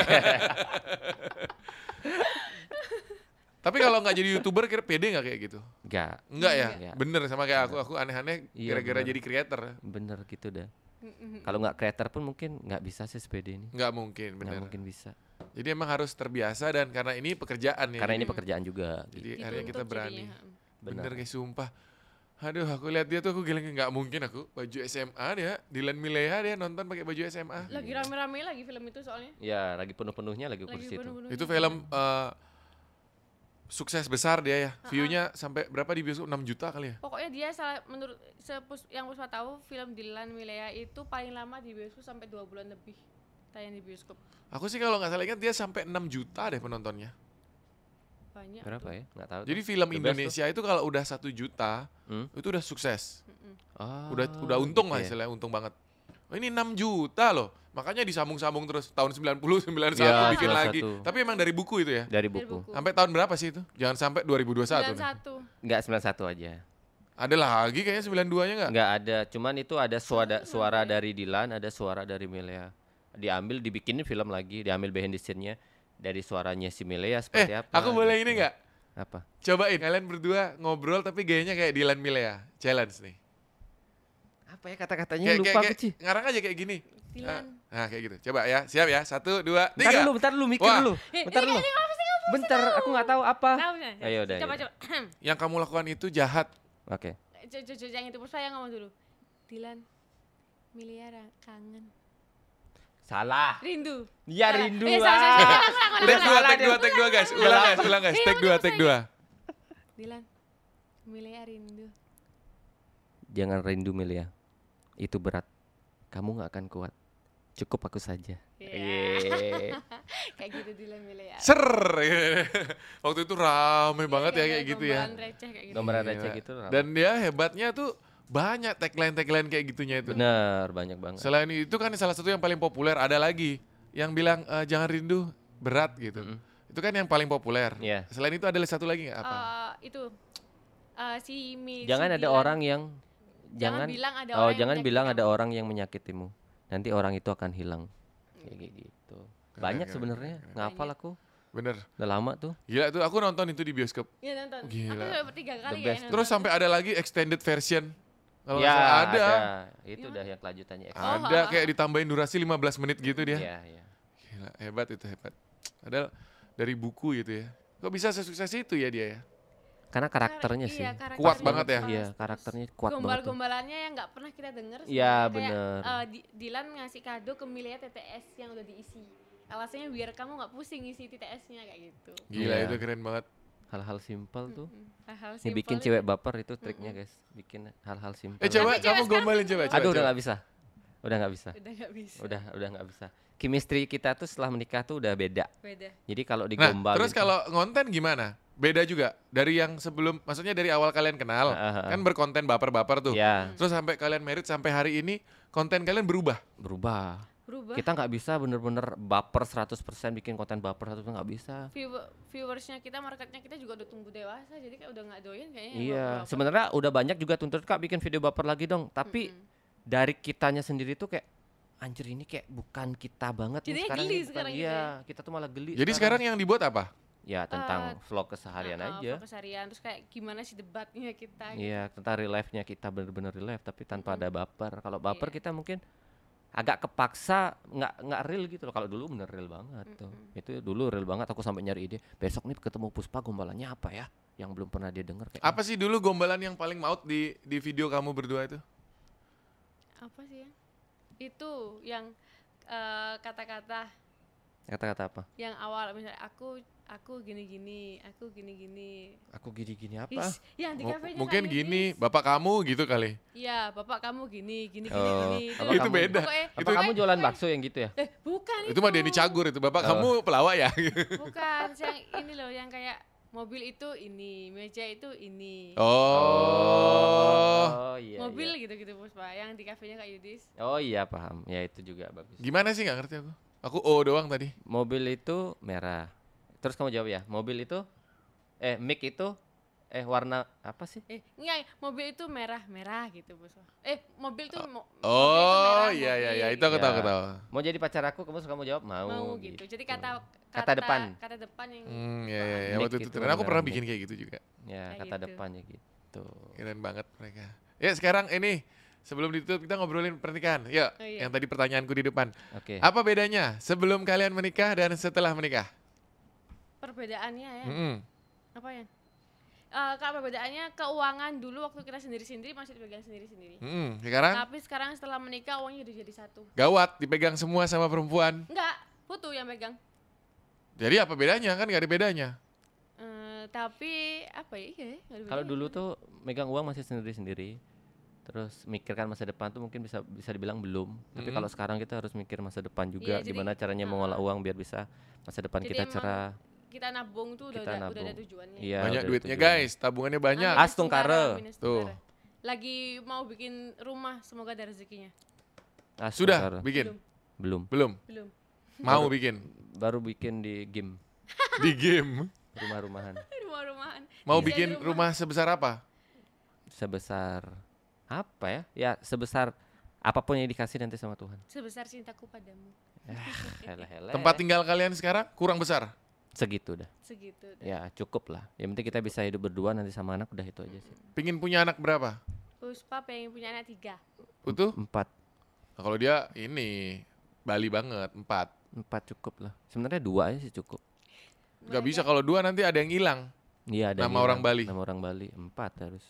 [SPEAKER 1] Tapi kalau nggak jadi YouTuber kira pede nggak kayak gitu?
[SPEAKER 3] Nggak
[SPEAKER 1] Enggak ya?
[SPEAKER 3] Enggak.
[SPEAKER 1] Bener sama kayak aku, aku aneh-aneh
[SPEAKER 3] Iya,
[SPEAKER 1] gara-gara
[SPEAKER 3] bener.
[SPEAKER 1] jadi creator.
[SPEAKER 3] bener gitu dah.
[SPEAKER 2] Mm-mm.
[SPEAKER 3] Kalau nggak creator pun mungkin nggak bisa sih sepeda ini.
[SPEAKER 1] Nggak mungkin,
[SPEAKER 3] Nggak
[SPEAKER 1] bener.
[SPEAKER 3] mungkin bisa.
[SPEAKER 1] Jadi emang harus terbiasa dan karena ini pekerjaan ya.
[SPEAKER 3] Karena ini
[SPEAKER 1] jadi-
[SPEAKER 3] pekerjaan juga.
[SPEAKER 1] Jadi
[SPEAKER 3] Gitu.
[SPEAKER 1] akhirnya kita
[SPEAKER 2] Dituntut
[SPEAKER 1] berani.
[SPEAKER 2] jadinya, heeh.
[SPEAKER 1] Bener
[SPEAKER 3] Benar.
[SPEAKER 1] guys, sumpah. Aduh, aku lihat dia tuh aku gila nggak mungkin aku baju SMA dia, Dylan Milea dia nonton pakai baju SMA.
[SPEAKER 2] Lagi rame-rame lagi film itu soalnya.
[SPEAKER 3] Ya lagi penuh-penuhnya lagi
[SPEAKER 2] Lagi
[SPEAKER 3] kursi itu.
[SPEAKER 2] bunuh-bunuh.
[SPEAKER 1] Itu film eh, sukses besar dia ya. View-nya sampai berapa di bioskop? 6 juta kali ya.
[SPEAKER 2] Pokoknya dia salah menurut sepus, yang Puspa tahu film Dilan Milea itu paling lama di bioskop sampai dua bulan lebih tayang di bioskop.
[SPEAKER 1] Aku sih kalau nggak salah ingat dia sampai 6 juta deh penontonnya.
[SPEAKER 2] Banyak.
[SPEAKER 3] Berapa ya? Nggak tahu.
[SPEAKER 1] Jadi film
[SPEAKER 3] The best
[SPEAKER 1] Indonesia itu kalau udah satu juta,
[SPEAKER 3] Hmm.
[SPEAKER 1] itu udah sukses.
[SPEAKER 3] Ah,
[SPEAKER 1] udah udah untung
[SPEAKER 3] gitu
[SPEAKER 1] lah
[SPEAKER 3] ya.
[SPEAKER 1] istilahnya, untung banget. Oh, ini 6 juta loh. Makanya disambung-sambung terus tahun 90 91
[SPEAKER 3] Ya,
[SPEAKER 1] bikin lagi.
[SPEAKER 3] 91.
[SPEAKER 1] Tapi emang dari buku itu ya.
[SPEAKER 3] Dari
[SPEAKER 2] Dari
[SPEAKER 3] buku.
[SPEAKER 2] buku.
[SPEAKER 1] Sampai tahun berapa sih itu? Jangan sampai 2021. nih.
[SPEAKER 2] Sembilan satu.
[SPEAKER 3] Enggak 91 aja.
[SPEAKER 1] Iya. Ada lagi kayaknya 92-nya enggak?
[SPEAKER 3] Enggak ada, cuman itu ada suara ya? suara dari Dilan, ada suara dari Milea. Diambil dibikinin film lagi, diambil behind scene-nya dari suaranya si
[SPEAKER 1] Eh,
[SPEAKER 3] Milea seperti apa.
[SPEAKER 1] aku boleh
[SPEAKER 3] gitu.
[SPEAKER 1] ini enggak?
[SPEAKER 3] Apa?
[SPEAKER 1] Cobain kalian berdua ngobrol tapi gayanya kayak Dylan Milea. Challenge nih.
[SPEAKER 3] Apa ya kata-katanya
[SPEAKER 1] Kayak,
[SPEAKER 3] lupa
[SPEAKER 1] kayak,
[SPEAKER 3] aku,
[SPEAKER 1] kayak-
[SPEAKER 3] Ci.
[SPEAKER 1] ngarang aja kayak gini.
[SPEAKER 2] Dylan.
[SPEAKER 1] Ah, Nah, kayak gitu. Coba ya. Siap ya. Satu, dua,
[SPEAKER 3] Bentar
[SPEAKER 1] tiga.
[SPEAKER 3] dulu, bentar dulu mikir
[SPEAKER 1] Wah.
[SPEAKER 3] dulu.
[SPEAKER 2] Eh,
[SPEAKER 3] Bentar
[SPEAKER 2] ini
[SPEAKER 3] dulu.
[SPEAKER 2] kayaknya apa sih kamu?
[SPEAKER 3] Bentar, aku nggak tahu apa.
[SPEAKER 2] Tahu nggak?
[SPEAKER 3] Ayo udah.
[SPEAKER 2] Coba
[SPEAKER 3] ya udah.
[SPEAKER 2] coba. [clears throat]
[SPEAKER 1] Yang kamu lakukan itu jahat.
[SPEAKER 3] Oke.
[SPEAKER 2] Jo- jo- jo- Yang itu Puspa yang ngomong dulu. Dilan Milea ra- kangen.
[SPEAKER 3] Salah.
[SPEAKER 2] Rindu.
[SPEAKER 3] Ya
[SPEAKER 2] Iya, Salah.
[SPEAKER 3] rindu.
[SPEAKER 2] Eh, salah, salah,
[SPEAKER 3] ah.
[SPEAKER 2] salah, salah,
[SPEAKER 1] Take
[SPEAKER 2] salah,
[SPEAKER 1] dua,
[SPEAKER 2] salah.
[SPEAKER 1] take dua, take dua guys. Ulang guys, ulang guys. Take dua, take dua.
[SPEAKER 2] Dilan Milea rindu.
[SPEAKER 3] Jangan rindu Milia. Itu berat. Kamu nggak akan kuat. Cukup aku saja.
[SPEAKER 2] Iya.
[SPEAKER 3] Yeay.
[SPEAKER 2] [laughs] Kayak gitu dulu Milea.
[SPEAKER 1] Ser. [laughs] Waktu itu rame banget ya
[SPEAKER 2] Kayak
[SPEAKER 1] kayak gitu ya.
[SPEAKER 2] gombalan receh kayak gitu.
[SPEAKER 3] Gambaran
[SPEAKER 1] Gila.
[SPEAKER 3] receh gitu. Ram.
[SPEAKER 1] Dan dia hebatnya tuh banyak tagline-tagline kayak gitunya itu.
[SPEAKER 3] Bener, banyak banget.
[SPEAKER 2] Iya,
[SPEAKER 1] Selain itu kan salah satu yang paling populer ada lagi yang bilang "Eh, jangan rindu berat gitu.
[SPEAKER 3] Mm-mm.
[SPEAKER 1] Itu kan yang paling populer.
[SPEAKER 3] Iya.
[SPEAKER 1] Selain itu ada satu lagi nggak apa?
[SPEAKER 2] Eh, itu eh, si Mi- si
[SPEAKER 3] Jangan ada
[SPEAKER 2] bilang-
[SPEAKER 3] orang yang
[SPEAKER 2] jangan
[SPEAKER 3] jangan
[SPEAKER 2] bilang ada
[SPEAKER 3] Oh,
[SPEAKER 2] orang yang
[SPEAKER 3] jangan
[SPEAKER 2] menyakiti
[SPEAKER 3] bilang
[SPEAKER 2] kamu.
[SPEAKER 3] ada orang yang menyakitimu. Nanti orang itu akan hilang. Kayak gitu. Banyak
[SPEAKER 1] keren,
[SPEAKER 3] sebenarnya.
[SPEAKER 1] keren.
[SPEAKER 3] Ngapal aku.
[SPEAKER 1] Bener.
[SPEAKER 3] Udah lama tuh.
[SPEAKER 1] Gila tuh aku nonton itu di bioskop.
[SPEAKER 2] Iya nonton.
[SPEAKER 1] Gila.
[SPEAKER 2] Aku udah tiga kali ya
[SPEAKER 3] best.
[SPEAKER 2] nonton.
[SPEAKER 1] Terus sampai ada lagi extended version. Kalau nggak salah ada.
[SPEAKER 3] Ya, Itu
[SPEAKER 2] Gimana?
[SPEAKER 3] udah yang kelanjutannya.
[SPEAKER 2] Ah, Oh,
[SPEAKER 1] Ada kayak ditambahin durasi 15 menit gitu dia.
[SPEAKER 3] Iya, iya.
[SPEAKER 1] Gila, hebat itu hebat. Ada dari buku gitu ya. Kok bisa sesukses itu ya dia ya?
[SPEAKER 3] Karena karakternya
[SPEAKER 2] Iya,
[SPEAKER 3] sih.
[SPEAKER 2] karakternya
[SPEAKER 1] Kuat banget ya?
[SPEAKER 2] banget.
[SPEAKER 3] Iya,
[SPEAKER 2] Terus
[SPEAKER 3] karakternya kuat banget. tuh.
[SPEAKER 2] Gombal-gombalannya yang nggak pernah kita dengar.
[SPEAKER 3] Iya,
[SPEAKER 2] sebenarnya. Kayak,
[SPEAKER 3] bener.
[SPEAKER 2] eh, Di- Dilan ngasih kado ke Milia TTS yang udah diisi. Alasannya biar kamu nggak pusing isi TTS-nya kayak gitu.
[SPEAKER 1] Gila
[SPEAKER 3] Iya.
[SPEAKER 1] itu keren banget.
[SPEAKER 3] Hal-hal simpel tuh.
[SPEAKER 2] Mm, Hal-hal
[SPEAKER 3] Ini
[SPEAKER 2] simpel
[SPEAKER 3] bikin
[SPEAKER 2] itu.
[SPEAKER 3] cewek baper itu triknya, guys. Bikin hal-hal simpel.
[SPEAKER 1] Eh coba
[SPEAKER 2] cewek
[SPEAKER 1] kamu
[SPEAKER 2] sekarang
[SPEAKER 1] gombalin
[SPEAKER 2] tuh
[SPEAKER 1] coba coba.
[SPEAKER 3] Aduh, udah
[SPEAKER 1] coba. Nah,
[SPEAKER 3] nggak bisa. Udah nggak bisa.
[SPEAKER 2] udah nggak bisa.
[SPEAKER 3] Udah, udah nggak bisa. Chemistry kita tuh setelah menikah tuh udah beda.
[SPEAKER 2] Beda.
[SPEAKER 3] Jadi kalau
[SPEAKER 1] Nah,
[SPEAKER 3] digombal
[SPEAKER 1] terus
[SPEAKER 3] gitu-
[SPEAKER 1] kalau ngonten gimana? Beda juga dari yang sebelum maksudnya dari awal kalian kenal
[SPEAKER 3] Ah, ah, ah.
[SPEAKER 1] kan berkonten baper-baper tuh.
[SPEAKER 3] ya
[SPEAKER 1] Terus sampai kalian married sampai hari ini konten kalian berubah.
[SPEAKER 3] berubah.
[SPEAKER 2] Berubah.
[SPEAKER 3] Kita nggak bisa bener-bener baper 100% bikin konten baper 100% nggak bisa.
[SPEAKER 2] Viewer- viewersnya kita, marketnya kita juga udah tumbuh dewasa, jadi kayak udah nggak doyan kayaknya. yang
[SPEAKER 3] Iya,
[SPEAKER 2] baper-baper.
[SPEAKER 3] sebenarnya udah banyak juga tuntut Kak bikin video baper lagi dong, tapi
[SPEAKER 2] Mm-mm.
[SPEAKER 3] dari kitanya sendiri tuh kayak anjir ini kayak bukan kita banget nih
[SPEAKER 2] Jadinya
[SPEAKER 3] sekarang.
[SPEAKER 2] geli
[SPEAKER 3] ini bukan-
[SPEAKER 2] sekarang gitu
[SPEAKER 3] Iya,
[SPEAKER 2] ya.
[SPEAKER 3] kita tuh malah geli.
[SPEAKER 1] Jadi sekarang yang dibuat apa?
[SPEAKER 3] ya tentang
[SPEAKER 2] Eh,
[SPEAKER 3] vlog keseharian
[SPEAKER 2] Nah, eh,
[SPEAKER 3] aja.
[SPEAKER 2] fokus harian. Terus kayak gimana sih debatnya kita? gitu.
[SPEAKER 3] Iya, tentang relive-nya kita bener-bener relive tapi tanpa ada baper. Kalau baper
[SPEAKER 2] Iya.
[SPEAKER 3] kita mungkin agak kepaksa nggak nggak real gitu loh. Kalau dulu bener real banget tuh. Itu dulu real banget aku sampai nyari ide. Besok nih ketemu Puspa gombalannya apa ya? Yang belum pernah dia denger kayak
[SPEAKER 1] Apa sih dulu gombalan yang paling maut di di video kamu berdua itu?
[SPEAKER 2] Apa sih ya? Itu yang eh, kata-kata
[SPEAKER 3] kata-kata apa?
[SPEAKER 2] yang awal misalnya aku aku gini-gini, aku gini-gini.
[SPEAKER 3] Aku gini-gini apa?
[SPEAKER 2] Is, yang di
[SPEAKER 1] Mu-
[SPEAKER 2] kafenya
[SPEAKER 1] mungkin
[SPEAKER 2] Kak
[SPEAKER 1] gini,
[SPEAKER 2] Lilis.
[SPEAKER 1] bapak kamu gitu kali.
[SPEAKER 2] Iya, Bapak kamu gini, gini, gini,
[SPEAKER 3] Oh,
[SPEAKER 2] gini.
[SPEAKER 3] apa
[SPEAKER 1] Itu
[SPEAKER 3] kamu-
[SPEAKER 1] beda.
[SPEAKER 2] Pokoknya-
[SPEAKER 3] Apa
[SPEAKER 1] Itu-
[SPEAKER 3] kamu jualan bakso yang gitu ya?
[SPEAKER 2] Eh, bukan itu.
[SPEAKER 1] Itu mah Denny Cagur itu, bapak
[SPEAKER 3] Oh.
[SPEAKER 1] kamu pelawak ya.
[SPEAKER 2] Bukan, yang ini loh yang kayak mobil itu ini, meja itu ini.
[SPEAKER 1] oh.
[SPEAKER 3] Oh, iya.
[SPEAKER 2] mobil
[SPEAKER 3] iya.
[SPEAKER 2] gitu-gitu Puspa, yang di kafenya Kak Yudis.
[SPEAKER 3] Oh iya paham. Ya itu juga bagus.
[SPEAKER 1] Gimana sih nggak ngerti aku? Aku oh doang tadi.
[SPEAKER 3] Mobil itu merah. Terus kamu jawab ya. Mobil itu eh mic itu eh warna apa sih?
[SPEAKER 2] Eh, enggak, mobil itu merah-merah gitu, Puspa. Eh, mobil tuh mo- mobil itu kan
[SPEAKER 1] Oh
[SPEAKER 2] merah,
[SPEAKER 1] iya iya iya
[SPEAKER 2] mobil.
[SPEAKER 1] itu aku
[SPEAKER 3] Iya.
[SPEAKER 1] tahu aku tahu.
[SPEAKER 3] Mau jadi pacar aku kamu suka kamu jawab mau.
[SPEAKER 2] mau gitu. Jadi kata,
[SPEAKER 3] Hmm. Kata depan.
[SPEAKER 2] Kata depan yang
[SPEAKER 1] Hmm iya iya, iya.
[SPEAKER 3] Nick
[SPEAKER 1] waktu itu
[SPEAKER 3] itu
[SPEAKER 1] tren aku
[SPEAKER 3] beneran
[SPEAKER 1] pernah
[SPEAKER 3] Nick.
[SPEAKER 1] bikin kayak gitu juga.
[SPEAKER 3] Ya,
[SPEAKER 2] Kayak
[SPEAKER 3] kata
[SPEAKER 2] gitu.
[SPEAKER 3] depannya gitu.
[SPEAKER 1] Keren banget mereka. Ya sekarang ini sebelum ditutup kita ngobrolin pernikahan. Yuk,
[SPEAKER 2] Oh, iya.
[SPEAKER 1] yang tadi pertanyaanku di depan.
[SPEAKER 3] Oke.
[SPEAKER 1] Apa bedanya sebelum kalian menikah dan setelah menikah? Hmm,
[SPEAKER 2] perbedaannya ya.
[SPEAKER 3] Hmm.
[SPEAKER 1] Mm-mm.
[SPEAKER 2] Apa ya? Eh, kalau perbedaannya keuangan dulu waktu kita sendiri-sendiri masih dipegang sendiri-sendiri.
[SPEAKER 3] Hmm,
[SPEAKER 1] Mm-mm. hmm,
[SPEAKER 3] kan?
[SPEAKER 1] Sekarang
[SPEAKER 2] Tapi sekarang setelah menikah uangnya udah jadi satu.
[SPEAKER 1] gawat dipegang semua sama perempuan.
[SPEAKER 2] Enggak, Putu yang pegang.
[SPEAKER 1] Jadi apa bedanya? Kan nggak ada bedanya.
[SPEAKER 2] Eh, tapi apa ya? Iya, ya, nggak ada
[SPEAKER 3] Kalau
[SPEAKER 2] bedanya.
[SPEAKER 3] dulu tuh megang uang masih sendiri-sendiri. Terus mikirkan masa depan tuh mungkin bisa bisa dibilang belum. Tapi kalau sekarang kita harus mikir masa depan
[SPEAKER 2] Iya,
[SPEAKER 3] juga
[SPEAKER 2] jadi-
[SPEAKER 3] gimana caranya mengolah uang biar bisa masa depan
[SPEAKER 2] Jadi
[SPEAKER 3] kita
[SPEAKER 2] emang
[SPEAKER 3] cerah.
[SPEAKER 2] kita nabung tuh udah
[SPEAKER 3] Kita
[SPEAKER 2] ada, udah ada
[SPEAKER 3] nabung.
[SPEAKER 2] tujuannya. Ah.
[SPEAKER 3] Iya,
[SPEAKER 1] banyak
[SPEAKER 3] udah
[SPEAKER 1] duitnya
[SPEAKER 3] tujuannya.
[SPEAKER 1] guys, tabungannya banyak.
[SPEAKER 2] Minus
[SPEAKER 3] Astung
[SPEAKER 2] tungkara,
[SPEAKER 3] kara.
[SPEAKER 2] minus
[SPEAKER 1] Tuh.
[SPEAKER 2] tungkara. Lagi mau bikin rumah, semoga ada rezekinya.
[SPEAKER 3] Ah,
[SPEAKER 1] Sudah
[SPEAKER 3] sebentar.
[SPEAKER 1] bikin?
[SPEAKER 3] belum.
[SPEAKER 1] Belum.
[SPEAKER 2] Belum. [laughs]
[SPEAKER 1] Mau bikin
[SPEAKER 3] Baru bikin di game
[SPEAKER 1] di game. Iya.
[SPEAKER 3] rumah-rumahan
[SPEAKER 2] Rumah-rumahan.
[SPEAKER 1] Mau
[SPEAKER 2] Desain
[SPEAKER 3] Iya,
[SPEAKER 1] bikin rumah sebesar apa?
[SPEAKER 3] sebesar apa ya? Ya sebesar apapun yang dikasih nanti sama Tuhan.
[SPEAKER 2] sebesar cintaku padamu.
[SPEAKER 3] Hele-hele.
[SPEAKER 1] Tempat tinggal kalian sekarang kurang besar.
[SPEAKER 3] segitu dah.
[SPEAKER 2] Segitu.
[SPEAKER 3] Ya cukup lah. Yang penting kita bisa hidup berdua nanti sama anak udah itu aja sih.
[SPEAKER 1] Pingin punya anak berapa?
[SPEAKER 2] Puspa pengen punya anak tiga.
[SPEAKER 1] Utuh?
[SPEAKER 3] Empat
[SPEAKER 1] Nah, kalau dia ini Bali banget, empat.
[SPEAKER 3] empat cukup lah. Sebenarnya dua aja sih cukup.
[SPEAKER 1] Gak bisa kalau dua nanti ada yang hilang.
[SPEAKER 3] Iya ada yang
[SPEAKER 1] Nama orang
[SPEAKER 3] bilang,
[SPEAKER 1] Bali.
[SPEAKER 3] Nama orang Bali empat harus.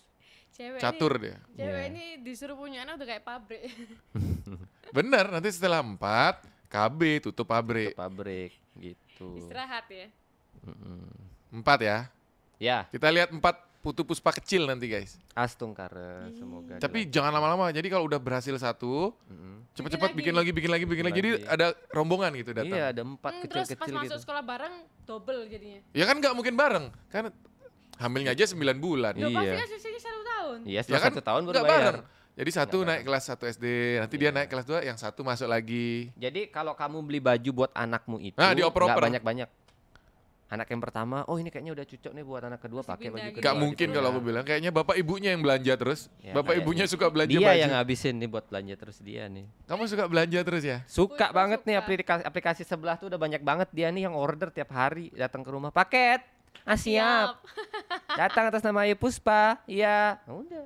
[SPEAKER 2] Cewek
[SPEAKER 1] Catur
[SPEAKER 2] Ini,
[SPEAKER 1] dia.
[SPEAKER 2] cewek
[SPEAKER 3] Iya.
[SPEAKER 2] ini disuruh punya anak udah kayak pabrik. [laughs]
[SPEAKER 1] Bener, nanti setelah empat, KB tutup
[SPEAKER 3] Ke
[SPEAKER 1] pabrik.
[SPEAKER 3] pabrik gitu.
[SPEAKER 2] Istirahat ya.
[SPEAKER 3] Mm-mm.
[SPEAKER 1] Empat ya.
[SPEAKER 3] Ya
[SPEAKER 1] Kita lihat empat Putu Puspa kecil nanti guys.
[SPEAKER 3] Astung kare semoga.
[SPEAKER 1] Tapi jangan lama-lama. Jadi kalau udah berhasil satu,
[SPEAKER 3] dilak- Mm-mm.
[SPEAKER 1] cepat-cepat bikin lagi, bikin lagi, bikin lagi. Jadi
[SPEAKER 3] Lagi.
[SPEAKER 1] ada rombongan gitu
[SPEAKER 3] Iya
[SPEAKER 1] datang.
[SPEAKER 3] ada empat
[SPEAKER 2] Hmm, terus pas
[SPEAKER 3] kecil-kecil gitu.
[SPEAKER 2] masuk sekolah bareng double jadinya.
[SPEAKER 1] Ya kan nggak mungkin bareng. Kan hamilnya aja 9 bulan.
[SPEAKER 2] Loh, pasti
[SPEAKER 3] Iya.
[SPEAKER 2] kan selisihnya satu tahun.
[SPEAKER 3] Iya
[SPEAKER 1] Ya
[SPEAKER 3] setelah
[SPEAKER 1] kan
[SPEAKER 3] satu tahun baru
[SPEAKER 1] nggak
[SPEAKER 3] bayar.
[SPEAKER 1] bareng. Jadi satu naik kelas 1 SD, nanti dia
[SPEAKER 3] Iya.
[SPEAKER 1] naik kelas 2, yang satu masuk lagi.
[SPEAKER 3] Jadi kalau kamu beli baju buat anakmu itu
[SPEAKER 1] Nah, dioper-oper.
[SPEAKER 3] nggak banyak-banyak. Anak yang pertama, oh ini kayaknya udah cocok nih buat anak kedua
[SPEAKER 2] Terus
[SPEAKER 3] pakai baju
[SPEAKER 2] dipindah gitu.
[SPEAKER 3] kedua.
[SPEAKER 1] Gak
[SPEAKER 2] Iya,
[SPEAKER 1] mungkin
[SPEAKER 2] gitu
[SPEAKER 1] kalau
[SPEAKER 2] ya.
[SPEAKER 1] aku bilang, kayaknya bapak ibunya yang belanja terus.
[SPEAKER 3] Ya,
[SPEAKER 1] bapak
[SPEAKER 3] kayaknya.
[SPEAKER 1] ibunya suka belanja
[SPEAKER 3] Dia
[SPEAKER 1] baju.
[SPEAKER 3] yang ngabisin nih buat belanja terus dia nih.
[SPEAKER 1] Kamu suka belanja terus ya?
[SPEAKER 3] Suka
[SPEAKER 2] Suka,
[SPEAKER 3] banget nih
[SPEAKER 2] suka.
[SPEAKER 3] aplikasi aplikasi sebelah tuh udah banyak banget dia nih yang order tiap hari datang ke rumah paket. Ah siap.
[SPEAKER 2] [laughs]
[SPEAKER 3] Datang atas nama Ayu Puspa. Iya. Nah, udah.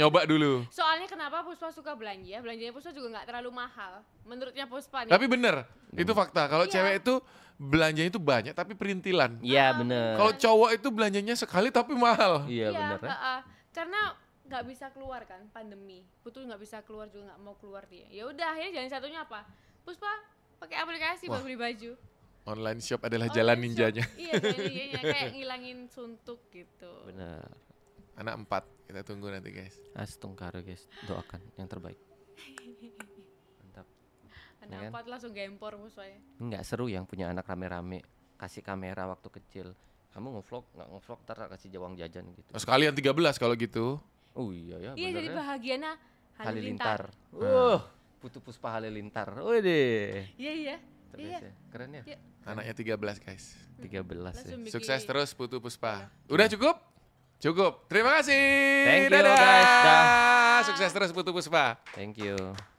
[SPEAKER 1] Nyoba dulu.
[SPEAKER 2] Soalnya kenapa Puspa suka belanja? Belanjanya Puspa juga nggak terlalu mahal. Menurutnya Puspa nih.
[SPEAKER 1] Tapi bener, itu fakta. Kalau
[SPEAKER 2] Iya.
[SPEAKER 1] cewek itu belanjanya itu banyak tapi perintilan.
[SPEAKER 3] Iya
[SPEAKER 2] Ah,
[SPEAKER 3] bener.
[SPEAKER 1] Kalau cowok itu belanjanya sekali tapi mahal.
[SPEAKER 3] Iya bener. ya.
[SPEAKER 2] heeh. Karena nggak bisa keluar kan pandemi. Putu nggak bisa keluar juga nggak mau keluar dia. Ya udah akhirnya jalan satunya apa? Puspa pakai aplikasi buat
[SPEAKER 1] Wah,
[SPEAKER 2] beli baju.
[SPEAKER 1] Online shop adalah
[SPEAKER 2] Online
[SPEAKER 1] jalan
[SPEAKER 2] shop.
[SPEAKER 1] ninjanya.
[SPEAKER 2] [laughs] Iya, jalan ninjanya kayak ngilangin suntuk gitu.
[SPEAKER 3] Bener.
[SPEAKER 1] Anak empat, kita tunggu nanti guys.
[SPEAKER 3] Astung karo guys. Doakan yang
[SPEAKER 2] [laughs]
[SPEAKER 3] terbaik. Mantap.
[SPEAKER 2] Anak
[SPEAKER 3] Ya kan?
[SPEAKER 2] empat langsung gempor Puspa ya.
[SPEAKER 3] Ah, Nggak seru yang punya anak rame-rame kasih kamera waktu kecil. Kamu ngevlog nggak ngevlog ntar nggak kasih jawang jajan gitu.
[SPEAKER 1] Oh, Sekalian 13 kalau gitu.
[SPEAKER 3] Oh iya ya.
[SPEAKER 2] Iya, jadi
[SPEAKER 3] bener ya.
[SPEAKER 2] bahagiana
[SPEAKER 3] Halilintar.
[SPEAKER 2] Halilintar.
[SPEAKER 3] Wah, Putu Puspa Halilintar. Wede.
[SPEAKER 2] Iya, iya.
[SPEAKER 3] Terbiasa.
[SPEAKER 2] Iya.
[SPEAKER 3] ya. Keren ya.
[SPEAKER 2] Iya.
[SPEAKER 1] Anaknya 13 guys.
[SPEAKER 3] 13 ya.
[SPEAKER 2] Langsung bikin- Iya.
[SPEAKER 1] Sukses terus Putu Puspa. Udah cukup? Gup. Cukup. Terima kasih.
[SPEAKER 3] Thank you, guys. Dah.
[SPEAKER 1] Sukses terus Putu Puspa.
[SPEAKER 3] Thank you.